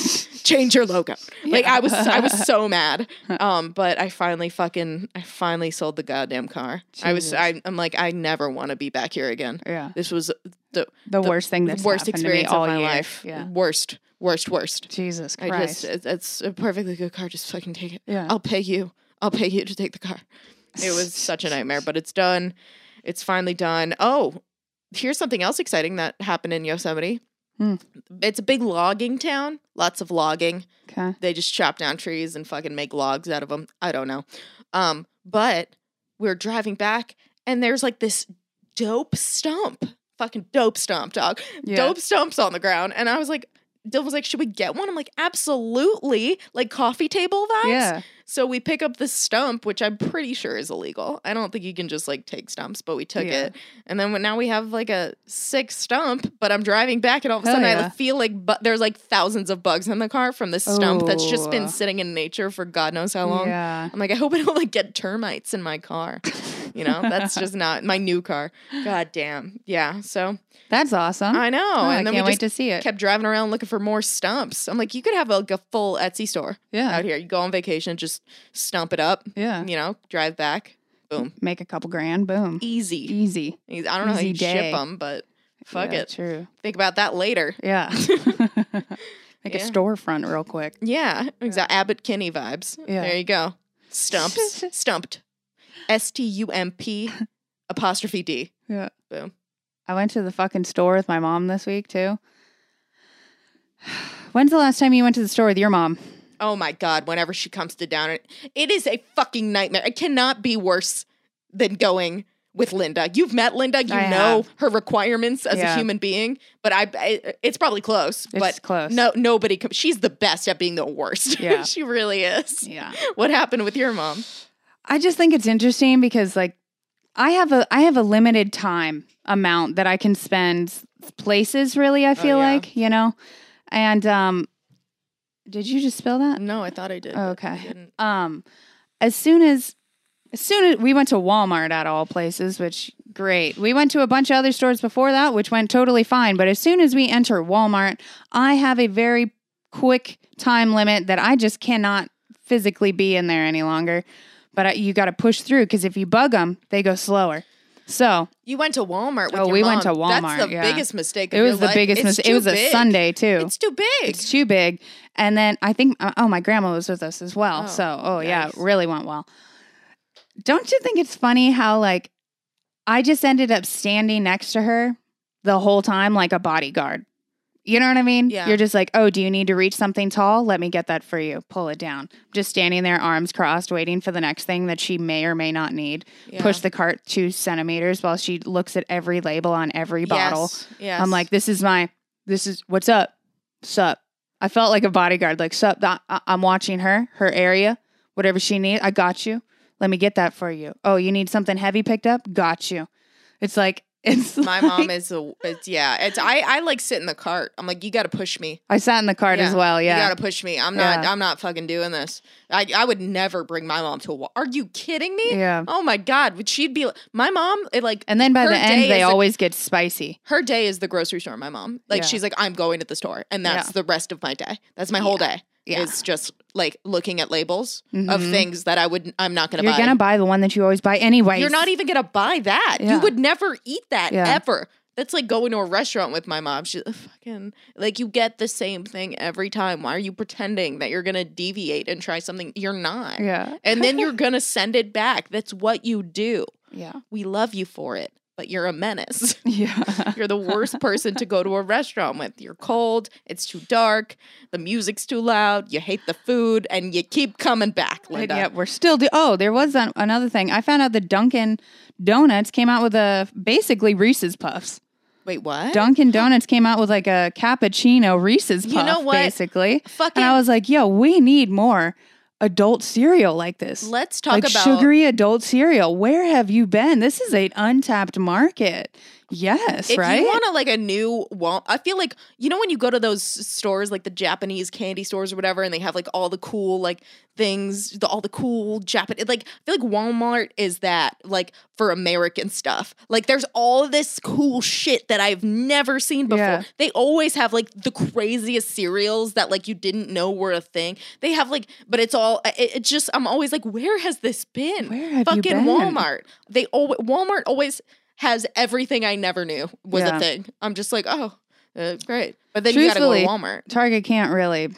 Change your logo. Like I was I was so mad. Um, but I finally fucking I finally sold the goddamn car. I was
Jesus.
I, I'm like I never want to be back here again.
(laughs) Yeah.
This was
The,
The
worst thing
the
that's
worst
happened to me
experience
all
of my
year.
life.
Yeah.
Worst, worst, worst.
Jesus Christ.
I just it, it's a perfectly good car. Just fucking take it.
yeah.
I'll pay you. I'll pay you to take the car. It
(laughs)
was such a nightmare, but it's done. It's finally done. Oh, here's something else exciting that happened in Yosemite.
Hmm.
It's a big logging town. Lots of logging.
Okay.
They just chop down trees and fucking make logs out of them. I don't know. Um, but we're driving back and there's like this dope stump. Fucking dope stump, dog.
Yeah.
Dope stumps on the ground. And I was like, Dylan was like, should we get one? I'm like, absolutely. Like coffee table vibes.
Yeah.
So we pick up this stump, which I'm pretty sure is illegal. I don't think you can just like take stumps, but we took
Yeah.
it. And then when- now we have like a sick stump, but I'm driving back and all of a
Hell
sudden I
yeah.
feel like bu- there's like thousands of bugs in the car from this stump that's just
Oh.
been sitting in nature for God knows how long.
Yeah.
I'm like, I hope I don't like get termites in my car. You know, that's just not my new car. God damn. Yeah. So
That's awesome.
I know.
Oh, I
and then
can't
we
wait
just
to see
(laughs)
it.
kept driving around looking for more stumps. I'm like, you could have like a full Etsy store
yeah.
out here. You go on vacation, just stump it up,
Yeah.
you know, drive back. Boom.
Make a couple grand. Boom.
E. Easy.
Easy.
Easy. I don't know how
E-, Easy
you ship 'em, ship
day.
them, but fuck
Yeah,
it.
True.
Think about that later. (laughs)
Yeah. (laughs) Make a
Yeah.
storefront real quick.
Yeah. Exact Abbott Kinney vibes.
Yeah.
There you go.
(laughs)
Stumps. Stumped. S T U M P apostrophe D.
Yeah.
Boom.
I went to the fucking store with my mom this week too. (sighs) When's the last time you went to the store with your mom?
Oh my God. Whenever she comes to down, it, it is a fucking nightmare. It cannot be worse than going with Linda. You've met Linda. You
I
know her requirements as a
Yeah.
human being, but I, I it's probably close,
It's
but
close.
No, nobody. Com- she's the best at being the
(laughs)
worst.
Yeah.
she really is.
Yeah.
What happened with your mom?
I just think it's interesting because like I have a I have a limited time amount that I can spend places really I feel
Oh, yeah.
like, you know. And um did you just spill that?
No, I thought I did.
but I Okay.
didn't.
Um, as soon as, as soon as we went to Walmart at all places, which great. We went to a bunch of other stores before that, which went totally fine. But as soon as we enter Walmart, I have a very quick time limit that I just cannot physically be in there any longer. But I, you got to push through because if you bug them, they go slower. So
You went to Walmart with
Oh,
your
we went
mom.
to
That's
Walmart,
the
yeah.
biggest mistake. of
it
your
was the
life.
biggest
It's
mistake. It
too
was a
big.
Sunday too.
It's too big.
It's too big. And then I think, oh, my grandma was with us as well.
Oh,
so, oh, yeah,
nice.
really went well. Don't you think it's funny how, like, I just ended up standing next to her the whole time like a bodyguard? You know what I mean?
Yeah.
You're just like, oh, do you need to reach something tall? Let me get that for you. Pull it down. Just standing there, arms crossed, waiting for the next thing that she may or may not need.
Yeah.
Push the cart two centimeters while she looks at every label on every bottle. (laughs)
Yes. yes.
I'm like, this is my, this is what's up, sup. I felt like a bodyguard. Like, sup, I- I- I'm watching her, her area, whatever she needs. I got you. Let me get that for you. Oh, you need something heavy picked up? Got you. It's like (laughs) it's.
My mom
like-
is a it's, yeah. It's I I like sit in the cart. I'm like you got to push me.
I sat in the cart as well. Yeah.
You got to push me. I'm not
Yeah.
I'm not fucking doing this. I I would never bring my mom to a wall. Are you kidding me? (laughs)
yeah.
Oh my god, would she'd be my mom it like
And then by
her
the
day
end, they
is a-
always get spicy.
her day is the grocery store, my mom. Like
Yeah.
she's like I'm going to the store and that's
Yeah.
the rest of my day. That's my whole day.
Yeah.
Is just like looking at labels of
Mhm.
things that I would I'm not going to
You're
buy.
gonna buy the one that you always buy anyway.
You're not even gonna buy that.
Yeah.
You would never eat that
Yeah.
ever. That's like going to a restaurant with my mom. She's like, fucking like you get the same thing every time. Why are you pretending that you're gonna deviate and try something you're not?
Yeah.
(laughs) And then
(laughs)
you're gonna send it back. That's what you do.
Yeah. (laughs)
We love you for it, but you're a menace.
Yeah.
You're the worst person to go to a restaurant with. You're cold, it's too dark, the music's too loud, you hate the food, and you keep coming back,
And
Linda.
yet we're still do. Oh, there was an- another thing. I found out that Dunkin' Donuts came out with a basically Reese's Puffs.
Wait, what?
Dunkin' Donuts came out with like a cappuccino Reese's puff,
You know what?
basically.
Fucking
And I was like, yo, we need more adult cereal like this.
let's talk
like
about
sugary adult cereal. Where have you been? This is an untapped market. Yes,
If
right?
you want to like a new wall, I feel like you know when you go to those s- stores like the Japanese candy stores or whatever, and they have like all the cool like things, the, all the cool Japanese. Like I feel like Walmart is that like for American stuff. Like there's all this cool shit that I've never seen before.
Yeah.
They always have like the craziest cereals that like you didn't know were a thing. They have like, but it's all it, it just I'm always like, where has this been?
Where have you
fucking
been?
Walmart. They always Walmart always has everything I never knew was
Yeah.
a thing. I'm just like, oh, uh, great. But then you
Truthfully,
gotta go to Walmart.
Target can't really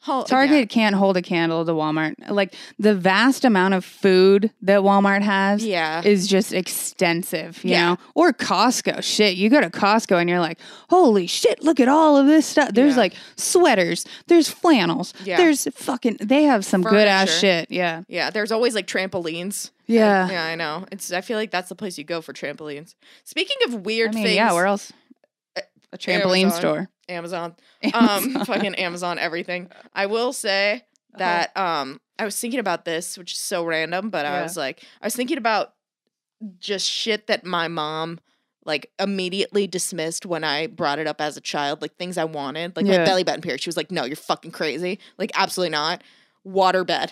Ho- yeah.
Target can't hold a candle to Walmart. Like the vast amount of food that Walmart has
Yeah.
is just extensive, you
Yeah.
know? Or Costco. Shit, you go to Costco and you're like, holy shit, look at all of this stuff. There's
Yeah.
like sweaters, there's flannels,
Yeah.
there's fucking, they have some good ass
Furniture.
shit. Yeah.
Yeah, there's always like trampolines.
Yeah.
Yeah, I know. It's I feel like that's the place you go for trampolines. Speaking of weird
I mean,
things,
yeah, where else? A trampoline
Amazon.
store. (laughs)
Amazon,
Amazon.
um, (laughs) fucking Amazon, everything. I will say that um, I was thinking about this, which is so random, but I
Yeah.
was like, I was thinking about just shit that my mom like immediately dismissed when I brought it up as a child, like things I wanted, like
Yeah.
my belly button pierced. She was like, "No, you're fucking crazy. Like, absolutely not. Waterbed.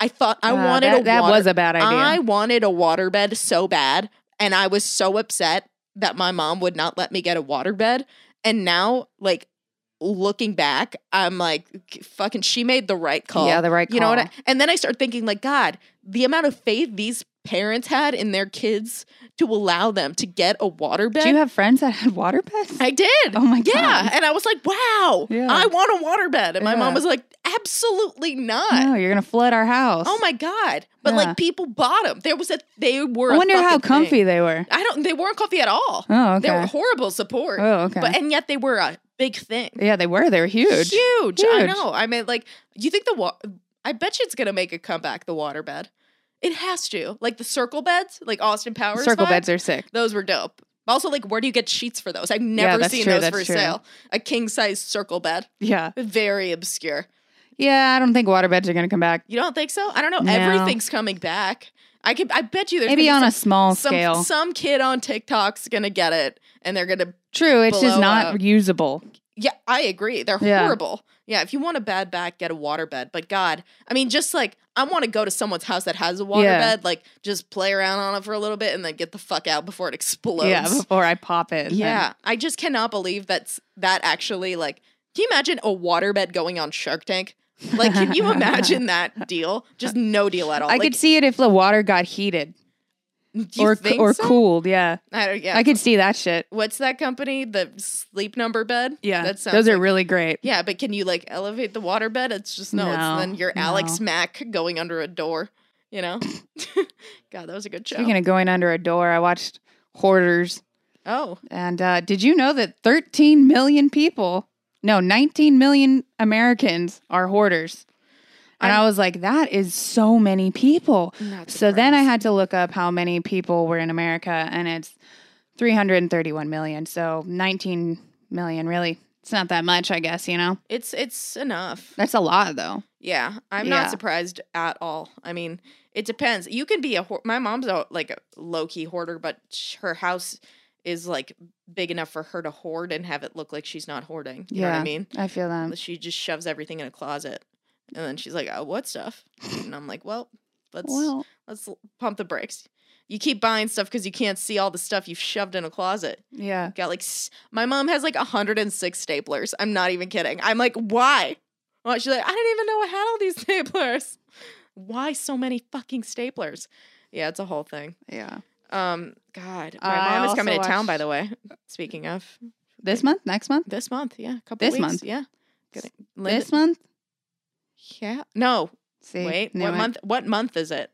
I thought I
Uh,
wanted
that,
a
that
water-
was a bad
I
idea.
wanted a waterbed so bad, and I was so upset that my mom would not let me get a waterbed. And now, like looking back, I'm like, "K- fucking, she made the right call.
Yeah, the right
You know what?
call.
I, and then I start thinking, like, God, the amount of faith these parents had in their kids to allow them to get a waterbed.
Do you have friends that had water pets?
I did.
(laughs) oh my god.
yeah, and I was like, "Wow,
Yeah.
I want a waterbed," and my
Yeah.
mom was like, "Absolutely not!
No, you're gonna flood our house.
Oh my god!" But
Yeah.
like, people bought them. There was a they were.
I
a
wonder how
fucking thing.
comfy they were.
I don't. They weren't comfy at all.
Oh, okay.
They were horrible support.
oh, okay.
But and yet they were a big thing.
yeah, they were. They were huge.
Huge. I
Huge.
know. I mean, like, you think the wa- I bet you it's gonna make a comeback. The waterbed. It has to. Like the circle beds, like Austin Powers.
Circle
vibe,
beds are sick.
Those were dope. Also, like, where do you get sheets for those? I've never
that's
seen
true,
those
that's
for
true.
sale. A king size circle bed.
Yeah.
Very obscure.
Yeah, I don't think water beds are going to come back.
You don't think so? I don't know.
No.
Everything's coming back. I could. I bet you there's
Maybe
gonna
on
be
a small
some,
scale.
Some, some kid on TikTok's gonna get it, and they're gonna
True, it's just
blow
not
up.
usable.
Yeah, I agree. They're
Yeah.
horrible. Yeah, if you want a bad back, get a waterbed. But God, I mean, just like I want to go to someone's house that has a waterbed,
Yeah.
like just play around on it for a little bit and then get the fuck out before it explodes.
Yeah, before I pop it. then-
Yeah, I just cannot believe that's that actually like. Can you imagine a waterbed going on Shark Tank? Like, can
(laughs)
you imagine that deal? Just no deal at all.
I
like,
could see it if the water got heated
do you
or
think
or
so?
cooled. Yeah.
I don't. Yeah,
I could see that shit.
What's that company? The Sleep Number bed.
Yeah,
that sounds
those are
like-
really great.
Yeah, but can you like elevate the waterbed? It's just no.
No,
it's then you're Alex
no.
Mack going under a door. You know. (laughs) God, that was a good show.
Speaking of going under a door, I watched Hoarders,
oh,
and uh, did you know that 13 million people, no, 19 million Americans are hoarders? And
I'm-
I was like, that is so many people.
not
So then I
surprised.
had to look up how many people were in America, and it's 331 million. So 19 million, really. It's not that much, I guess, you know?
It's it's enough.
That's a lot, though.
Yeah, I'm
Yeah.
not surprised at all. I mean, it depends. You can be a hoar my mom's a like a low key hoarder, but sh- her house is like big enough for her to hoard and have it look like she's not hoarding. You know what
Yeah.
I mean?
I feel that.
She just shoves everything in a closet, and then she's like, "Oh, what stuff?" And I'm like, "Well, let's
Well,
let's l- pump the brakes." You keep buying stuff because you can't see all the stuff you've shoved in a closet.
yeah.
Got like, s- my mom has like 106 staplers. I'm not even kidding. I'm like, why? Well, she's like, I didn't even know I had all these (laughs) staplers. Why so many fucking staplers? Yeah, it's a whole thing.
Yeah.
Um, God, my
I
mom is coming to
also
town, by
watched-
the way. Speaking of
This month? Next month?
this month, yeah, a couple
This
weeks,
month?
yeah. Getting, Linda-
This month?
yeah, no,
See.
wait,
knew
what
it.
month? What month is it?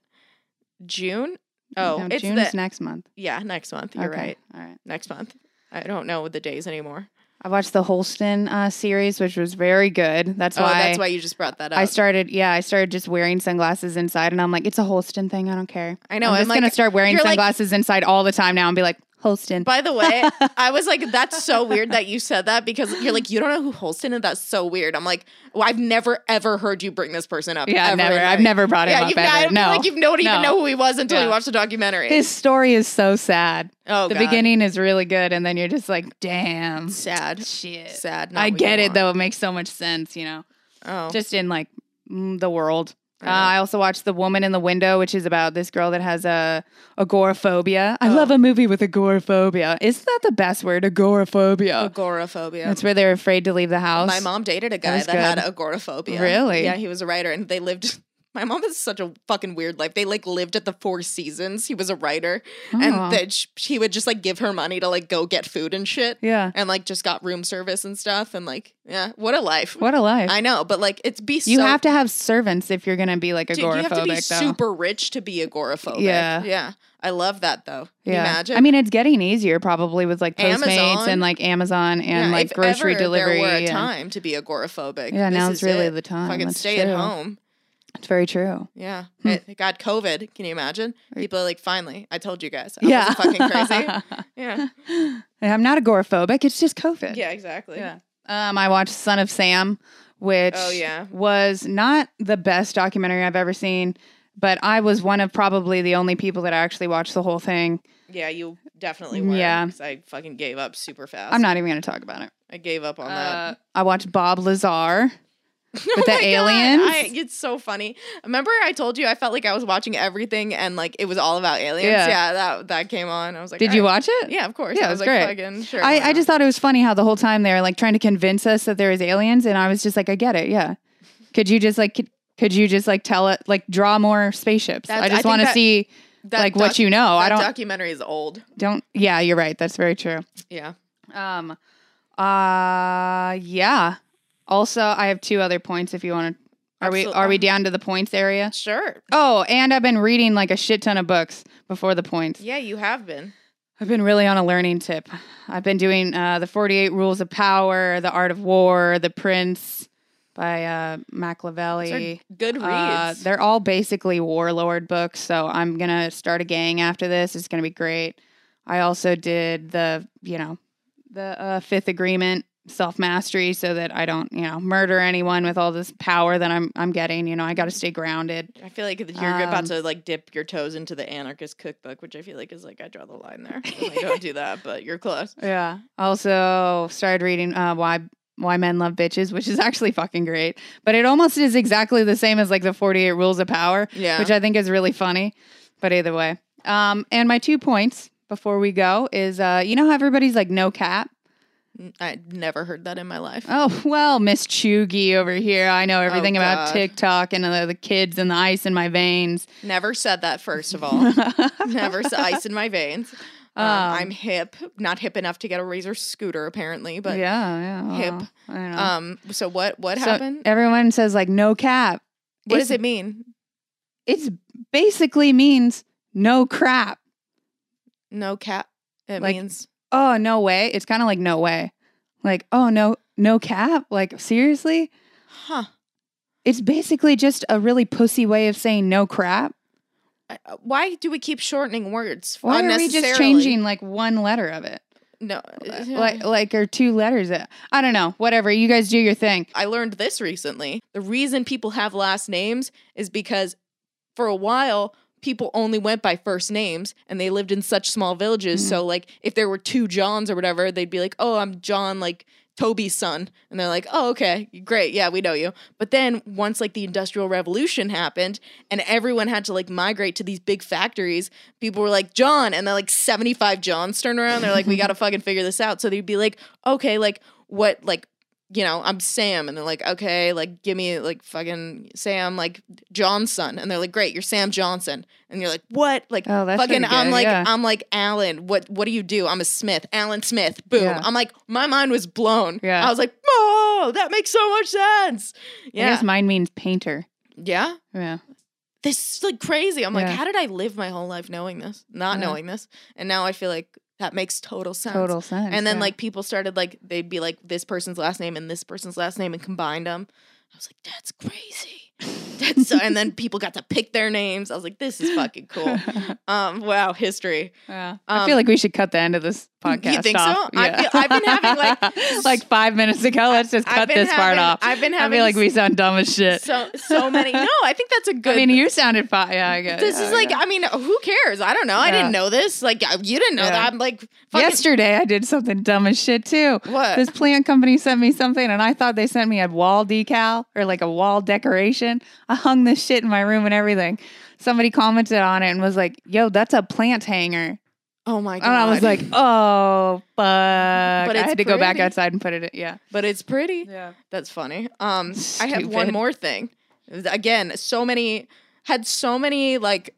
June. Oh,
No,
it's
June's
the
next month.
yeah, next month. You're
Okay.
right,
All right.
next month. I don't know the days anymore.
I watched the Holston uh, series, which was very good. That's
oh,
why.
that's why you just brought that up.
I started, yeah, I started just wearing sunglasses inside, and I'm like, it's a Holston thing. I don't care.
I know.
I'm just
like,
gonna start wearing
you're like-
sunglasses inside all the time now, and be like, Holston.
By the
(laughs)
way, I was like, that's so weird that you said that because you're like, you don't know who Holston is. That's so weird. I'm like, well, I've never ever heard you bring this person up.
yeah,
ever
never.
in life.
I've never brought him
Yeah,
up
you've
ever.
I feel
no,
like you don't even
No.
know who he was until
Yeah.
you watch the documentary.
his story is so sad.
oh,
the
God.
beginning is really good, and then you're just like, damn,
sad,
shit.
sad. not
I
what you
get it
want.
though; it makes so much sense, you know.
Oh,
Just in like mm, the world.
I
Uh,
know.
I also watched The Woman in the Window, which is about this girl that has a agoraphobia. I
Oh.
love a movie with agoraphobia. Isn't that the best word? Agoraphobia.
agoraphobia.
That's where they're afraid to leave the house.
Oh, My mom dated a guy
was
that, had
good.
agoraphobia.
Really?
Yeah, he was a writer, and they lived. (laughs) My mom has such a fucking weird life. They like lived at the Four Seasons. He was a writer,
Oh.
and that sh- he would just like give her money to like go get food and shit.
Yeah.
and like just got room service and stuff and like yeah what a life
What a life.
i know but like it's be
you
so,
have to have servants if you're going to be like
Dude, you
agoraphobic,
have to be
though.
super rich to be agoraphobic
Yeah.
yeah i love that though Can you
yeah.
imagine
I mean, it's getting easier probably with like Postmates
Amazon.
and like Amazon and
Yeah,
like
if
grocery
ever
delivery.
there were a
and-
time to be agoraphobic
yeah,
this
now
is
it's really
it.
the time.
fucking
That's
stay
true.
at home
It's very true.
yeah
Hmm.
it, it got covid can you imagine people are like finally i told you guys I
yeah.
wasn't fucking crazy
(laughs)
yeah
I'm not agoraphobic. It's just COVID.
yeah exactly
Yeah. Um, I watched Son of Sam, which
Oh, yeah.
was not the best documentary I've ever seen, but I was one of probably the only people that actually watched the whole thing.
yeah you definitely were
Mm, Yeah.
'cause i fucking gave up super fast
I'm not even going to talk about it.
i gave up on that (laughs) Oh
Uh, I watched Bob Lazar with the
my God,
aliens.
I, it's so funny. Remember, I told you I felt like I was watching everything and like it was all about aliens.
Yeah.
Yeah, that that came on. I was like,
Did
all
you
right.
watch it?
Yeah, of course.
Yeah,
I was,
it was
like,
great.
fucking sure. why
I, I
not?
just thought it was funny how the whole time they were like trying to convince us that there is aliens, and I was just like, I get it, yeah. Could you just like could, could you just like tell it like draw more spaceships?
That's-
I
I
just
think
want to
that-
see
That
like what
doc-
you know. I
that
don't
documentary is old.
don't. Yeah, you're right. That's very true.
Yeah.
Um uh yeah. Also, I have two other points if you want to Are we
Absolute-
are we down to the points area?
Sure.
Oh, and I've been reading like a shit ton of books before the points.
Yeah, you have been.
I've been really on a learning tip. I've been doing uh The 48 Rules of Power, The Art of War, The Prince by uh
These
Machiavelli.
are good reads.
Uh, they're all basically warlord books, so I'm gonna start a gang after this. It's gonna be great. I also did the, you know, the uh, fifth agreement, self mastery, so that I don't, you know, murder anyone with all this power that I'm I'm getting. You know, I got to stay grounded.
I feel like you're about
um,
to like dip your toes into the anarchist cookbook, which I feel like is like I draw the line there. I'm like, don't do that, but you're
(laughs)
close.
Yeah. Also started reading uh, why why men love bitches, which is actually fucking great. But it almost is exactly the same as like the Forty Eight Rules of Power.
Yeah.
which I think is really funny. But either way, um, and my two points before we go is, uh, you know how everybody's like no cap.
I, never heard that in my life.
Oh (laughs) well, Miss Chugi over here, I know everything about
Oh, God.
TikTok and the, the kids and the ice in
(laughs)
my veins.
Never said that, first of
(laughs)
all. Never s- ice in my veins. Um,
Um,
I'm hip, not hip enough to get a razor scooter apparently, but
yeah, Oh, yeah,
hip.
well, I don't know.
um. So what what
So eh,
happened?
Everyone says like no cap.
what does
it's-
it mean?
It's basically means no crap.
No cap. It
Like-
means
Oh no way. It's kind of like no way. Like oh no no cap. Like seriously.
huh.
It's basically just a really pussy way of saying no crap.
I- uh, Why do we keep shortening words?
Why are we just
unnecessarily?
changing like one letter of it?
No. uh,
like like or two letters. I don't know. Whatever. You guys do your thing.
I learned this recently. The reason people have last names is because for a while, people only went by first names and they lived in such small villages. So, like, if there were two Johns or whatever, they'd be like, oh, I'm John, like, Toby's son. And they're like, oh, okay, great. Yeah, we know you. But then once, like, the Industrial Revolution happened and everyone had to, like, migrate to these big factories, people were like, John. And then, like, 75 Johns turned around. They're like, we got to fucking figure this out. So they'd be like, okay, like, what, like, you know, I'm Sam. And they're like, okay, like, give me like fucking Sam, like Johnson. And they're like, great, you're Sam Johnson. And you're like, what? Like,
Oh, that's
fucking,
pretty
I'm
good,
like,
yeah.
I'm like Alan. What, what do you do? I'm a Smith, Alan Smith. Boom.
Yeah.
I'm like, my mind was blown.
Yeah.
I was like, oh, that makes so much sense.
I
Yeah.
guess mine means painter.
yeah.
Yeah.
This is like crazy. I'm
Yeah.
like, how did I live my whole life knowing this, not
Yeah.
knowing this? And now I feel like that makes total sense.
Total sense.
And then
yeah.
like people started like they'd be like this person's last name and this person's last name and combined them. I was like, that's crazy. That's so, and then people got to pick their names. I was like, this is fucking
(laughs)
cool. Um, wow, history.
yeah. I
um,
feel like we should cut the end
(laughs)
of this podcast.
think so?
off.
I feel- I've been having,
(laughs) like
like-
five minutes ago. Let's just
I've
cut
been
this part
having-
off.
I've been
I
having
feel like we sound dumb as shit.
so so many. No, I think that's a good.
I mean, you sounded fine. Yeah, I guess.
this is like I mean, who cares? I don't know. I
Yeah.
didn't know this. Like I- you didn't know
Yeah.
that. I'm like fucking,
Yesterday, I did something dumb as shit too.
What?
This plant company sent me something, and I thought they sent me a wall decal or like a wall decoration. I hung this shit in my room and everything. Somebody commented on it and was like, "Yo, that's a plant hanger,"
Oh my god!
and I was like, "Oh fuck!" But I
it's
had to go back
pretty.
outside and put it. In. Yeah,
but it's pretty.
yeah.
That's funny.
(laughs)
Um, I have
Stupid.
one more thing. Again, so many had so many like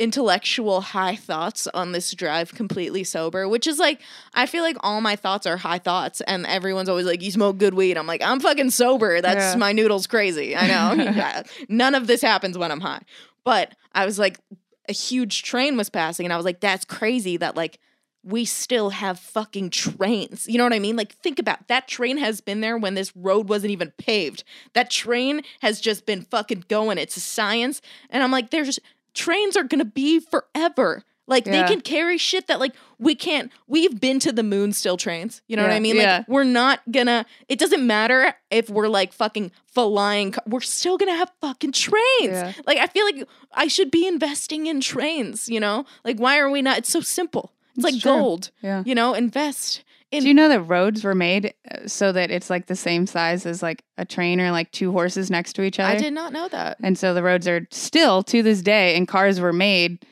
intellectual high thoughts on this drive completely sober, which is like I feel like all my thoughts are high thoughts, and everyone's always like, "You smoke good weed." I'm like, "I'm fucking sober. That's
Yeah.
my noodles crazy." I
(laughs)
know. Yeah. None of this happens when I'm high, but I was like, a huge train was passing, and I was like, "That's crazy." That like we still have fucking trains. You know what I mean? Like, think about that train has been there when this road wasn't even paved. That train has just been fucking going. It's a science. And I'm like, there's trains are gonna be forever. Like
Yeah.
they can carry shit that like we can't. We've been to the moon still trains. You know what
Yeah,
I mean? Like
yeah.
we're not gonna. It doesn't matter if we're like fucking flying. ca- We're still gonna have fucking trains.
Yeah.
Like I feel like I should be investing in trains. You know? Like why are we not? It's so simple. It's,
It's
like
true.
gold.
Yeah.
You know, invest in.
Do you know that roads were made uh, so that it's like the same size as like a train or like two horses next to each other?
I did not know that.
And so the roads are still to this day, and cars were made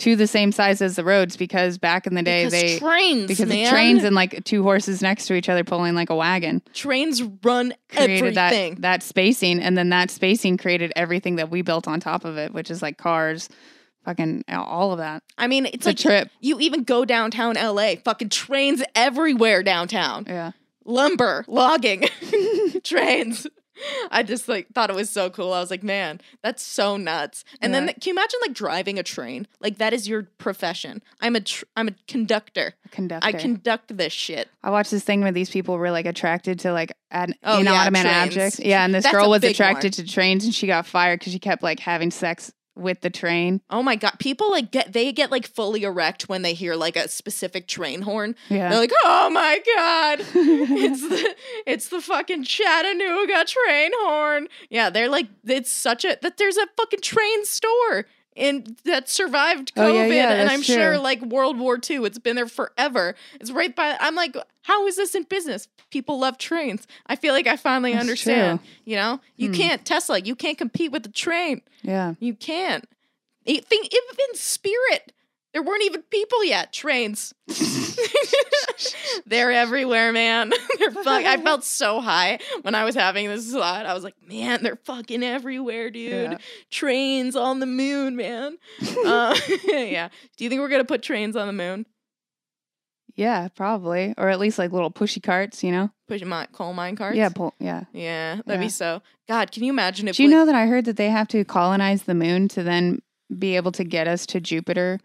to the same size as the roads because back in the day
Because
they
trains,
because
man.
the trains and like two horses next to each other pulling like a wagon
trains run
created
everything.
that that spacing, and then that spacing created everything that we built on top of it, which is like cars, fucking all of that.
I mean, it's
a
like
trip.
You even go downtown LA, fucking trains everywhere downtown.
Yeah,
Lumber, logging, (laughs) trains. I just like thought it was so cool. I was like, man, that's so nuts. And then
Yeah.
can you imagine like driving a train? Like that is your profession. I'm a tr- I'm a conductor.
a conductor.
I conduct this shit.
I watched this thing where these people were like attracted to like an
Oh, yeah,
inanimate
trains.
objects. Yeah, and this
That's
girl
a
was
big
attracted to trains, and she got fired because she kept like having sex with the train.
Oh my god, people like get they get like fully erect when they hear like a specific train horn.
Yeah.
They're like, oh my god,
(laughs)
it's the it's the fucking Chattanooga train horn. Yeah, they're like, it's such a that there's a fucking train store in that survived COVID,
Oh, yeah, yeah,
and
that's
I'm sure
true.
like World War II, it's been there forever. It's right by. I'm like, how is this in business? People love trains. I feel like I finally
That's
understand.
true.
You know, you
Hmm.
can't Tesla, you can't compete with the train.
yeah.
You can't. E- Think even spirit. There weren't even people yet. Trains. (laughs) They're everywhere, man. (laughs) They're fuck. I felt so high when I was having this thought. I was like, man, they're fucking everywhere, dude.
Yeah.
Trains on the moon,
(laughs)
man. uh, (laughs) yeah. Do you think we're gonna put trains on the moon?
Yeah, probably, or at least like little pushy carts, you know?
Push my coal mine carts.
Yeah, pull, yeah.
Yeah. That'd
Yeah.
be so. God, can you imagine if
Do you
we-
know that I heard that they have to colonize the moon to then be able to get us to Jupiter?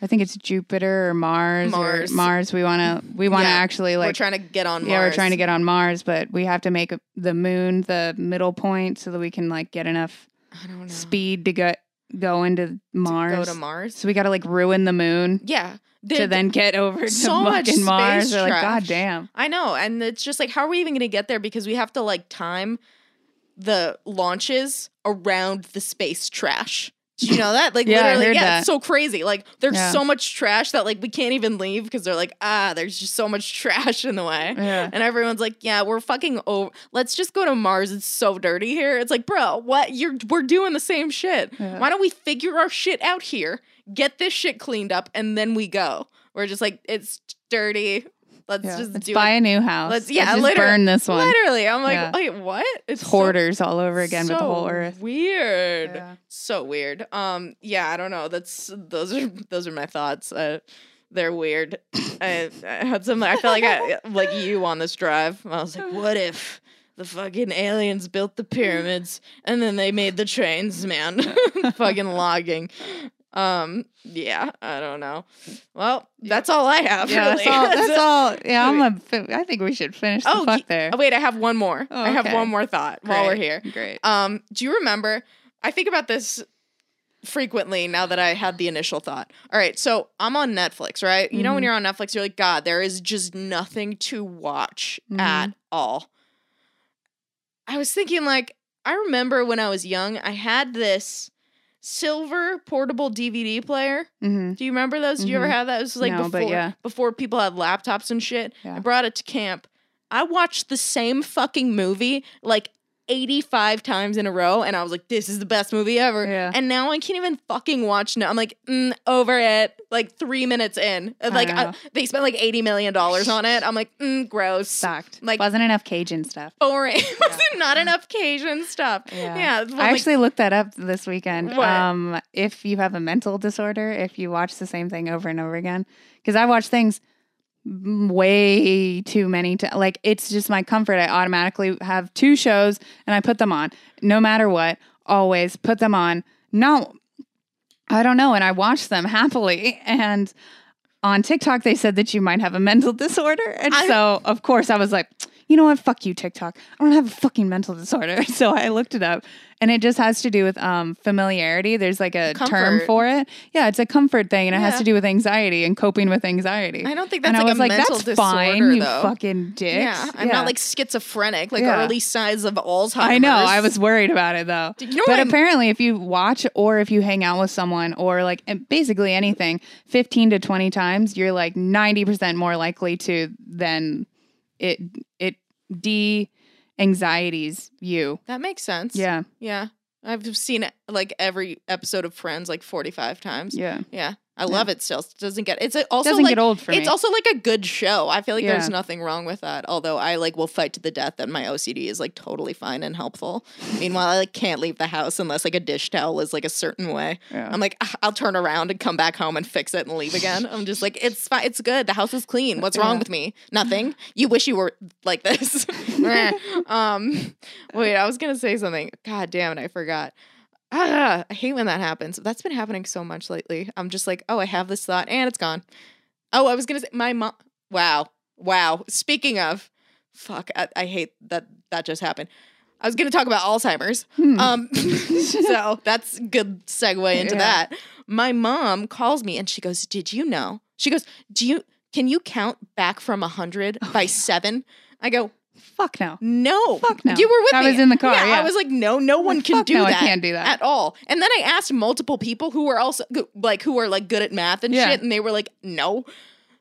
I think it's Jupiter or Mars.
Mars.
Or Mars. We want to. We want to
Yeah,
actually
we're
like.
trying to get on Mars?
yeah, we're trying to get on Mars, but we have to make the moon the middle point so that we can like get enough
I don't know.
speed to go go into Mars.
Go to Mars.
So we got to like ruin the moon.
Yeah.
to
The-
then get over to
so much
fucking Mars.
space
They're like,
trash. (laughs)
God damn.
I know. And it's just like, how are we even going to get there? Because we have to like time the launches around the space trash. Do you know that? Like,
Yeah, I
literally,
heard
yeah,
that.
it's so crazy. Like, there's
Yeah.
so much trash that like we can't even leave because they're like, ah, there's just so much trash in the way.
Yeah.
And everyone's like, yeah, we're fucking over. Let's just go to Mars. It's so dirty here. It's like, bro, what? You're we're doing the same shit.
Yeah.
Why don't we figure our shit out here? Get this shit cleaned up, and then we go. We're just like, it's dirty. Let's
Yeah.
just
Let's
do
buy
it.
a new house.
Let's- yeah,
Let's just
literally-
burn this one.
Literally, I'm like,
Yeah.
wait, what? It's
It's
so-
hoarders all over again with the whole
so
earth.
Weird.
Yeah.
So weird. Um, yeah, I don't know. That's those are those are my thoughts. Uh, they're weird. I, I had some. I felt like I like you on this drive. I was like, what if the fucking aliens built the pyramids and then they made the trains, man? (laughs) fucking logging. Um, yeah, I don't know. Well, that's all I (laughs) have.
Yeah,
really.
that's all. That's all yeah,
I
I'm
mean-
a. fi- I think we should finish the
Oh,
fuck
ye-
there.
Oh, wait, I have one more.
Oh,
I have
okay.
one more thought while we're
Great.
here.
Great.
Um, do you remember? I think about this frequently now that I had the initial thought. All right, so I'm on Netflix, right? You know, when
Mhm.
you're on Netflix, you're like, God, there is just nothing to watch
Mhm.
at all. I was thinking, like, I remember when I was young, I had this silver portable DVD player.
Mm-hmm.
Do you remember those? Did you ever
Mhm.
have that? It was like
No, but
before
yeah.
before people had laptops and shit.
Yeah.
I brought it to camp. I watched the same fucking movie like 85 times in a row and I was like this is the best movie ever.
Yeah.
And now I can't even fucking watch now. I'm like mm, over it like 3 minutes in. Like I-
know.
they spent like 80 million dollars on it. I'm like mm, gross.
Sucked.
Like-
Like wasn't enough Cajun stuff.
Boring. (laughs) Wasn't not enough Cajun stuff.
Yeah.
Yeah, well,
I
like-
actually looked that up this weekend.
What?
Um, if you have a mental disorder, if you watch the same thing over and over again, because I watch things m- way too many times. Like it's just my comfort. I automatically have two shows and I put them on, no matter what. Always put them on. No, I don't know. And I watch them happily. And on TikTok, they said that you might have a mental (laughs) disorder, and
I-
so of course I was like. You know what? Fuck you, TikTok. I don't have a fucking mental (laughs) disorder. So I looked it up and it just has to do with um, familiarity. There's like a term
Comfort.
for it. Yeah, it's a comfort thing and it has
Yeah.
to do with anxiety and coping with anxiety
I don't think that's
and
like
I was
a
like,
mental
"That's
disorder
fine, you
though.
fucking dicks."
yeah, I'm not like schizophrenic, like
Yeah.
early signs of Alzheimer's.
I know. I was worried about it though.
You know
but
what I'm-
apparently, if you watch or if you hang out with someone or like and basically anything, fifteen to twenty times, you're like ninety percent more likely to than it it de anxieties you.
That makes sense.
Yeah,
Yeah. I've seen like every episode of Friends like 45 times. Yeah.
yeah.
I love it still. It doesn't get it's also
Doesn't
like
get old for
it's
me.
also like a good show. I feel like there's
Yeah.
nothing wrong with that. Although I like will fight to the death that my OCD is like totally fine and helpful. Meanwhile, I like can't leave the house unless like a dish towel is like a certain way.
Yeah.
I'm like "Ah, I'll turn around and come back home and fix it and leave again. I'm just like it's fine. It's good. The house is clean. What's wrong
Yeah.
with me? Nothing. You wish you were like this. (laughs) um, wait, I was gonna say something. God damn it, I forgot. Ah, I hate when that happens. That's been happening so much lately. I'm just like, oh, I have this thought and it's gone. Oh, I was gonna say my mom. Wow, wow. Speaking of, fuck, I, I hate that that just happened. I was gonna talk about Alzheimer's.
Hmm.
(laughs)
(laughs)
Um, so that's good segue into
Yeah.
that. My mom calls me and she goes, "Did you know?" She goes, "Do you can you count back from a hundred by seven? I go,
Fuck no.
"No,
Fuck no.
You were with
I
me.
was in the car, yeah.
I was like, "No, no one
Like,
can
fuck
do
no, I
that.
can't do that.
at all." And then I asked multiple people who were also go- like who are like good at math and
Yeah.
shit, and they were like, "No."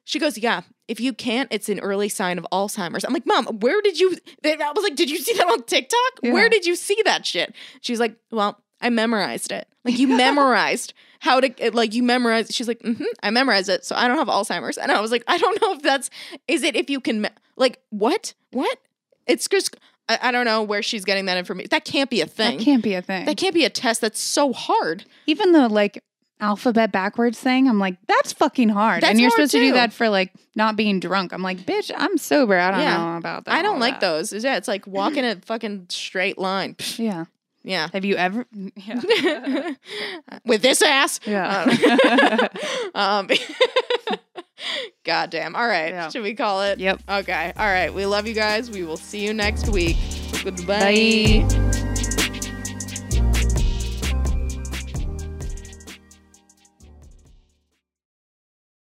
She goes, "Yeah." If you can't, it's an early sign of Alzheimer's. I'm like, Mom, where did you? I was like, Did you see that on TikTok?
Yeah.
Where did you see that shit? She's like, Well, I memorized it. Like, you memorized how to, it- like, you memorized. She's like, mm-hmm, I memorized it. So I don't have Alzheimer's. And I was like, I don't know if that's, is it if you can, me- like, what? What? It's just, I, I don't know where she's getting that information. That can't be a thing.
That can't be a thing.
that can't be a test. That's so hard.
even the like alphabet backwards thing, I'm like, that's fucking hard.
That's
and you're
hard,
supposed to
too.
do that for like not being drunk. I'm like, bitch, I'm sober. I don't
Yeah.
know about that.
I don't
all
like
that.
those. Yeah, it's like walking a fucking straight
(laughs)
line. Pfft,
Yeah.
Yeah.
Have you ever? (laughs) Yeah.
(laughs) with this ass.
Yeah.
Um, (laughs) um, goddamn. All right.
Yeah.
Should we call it?
(laughs) Yep.
Okay. All right. We love you guys. We will see you next week. Goodbye.
Bye.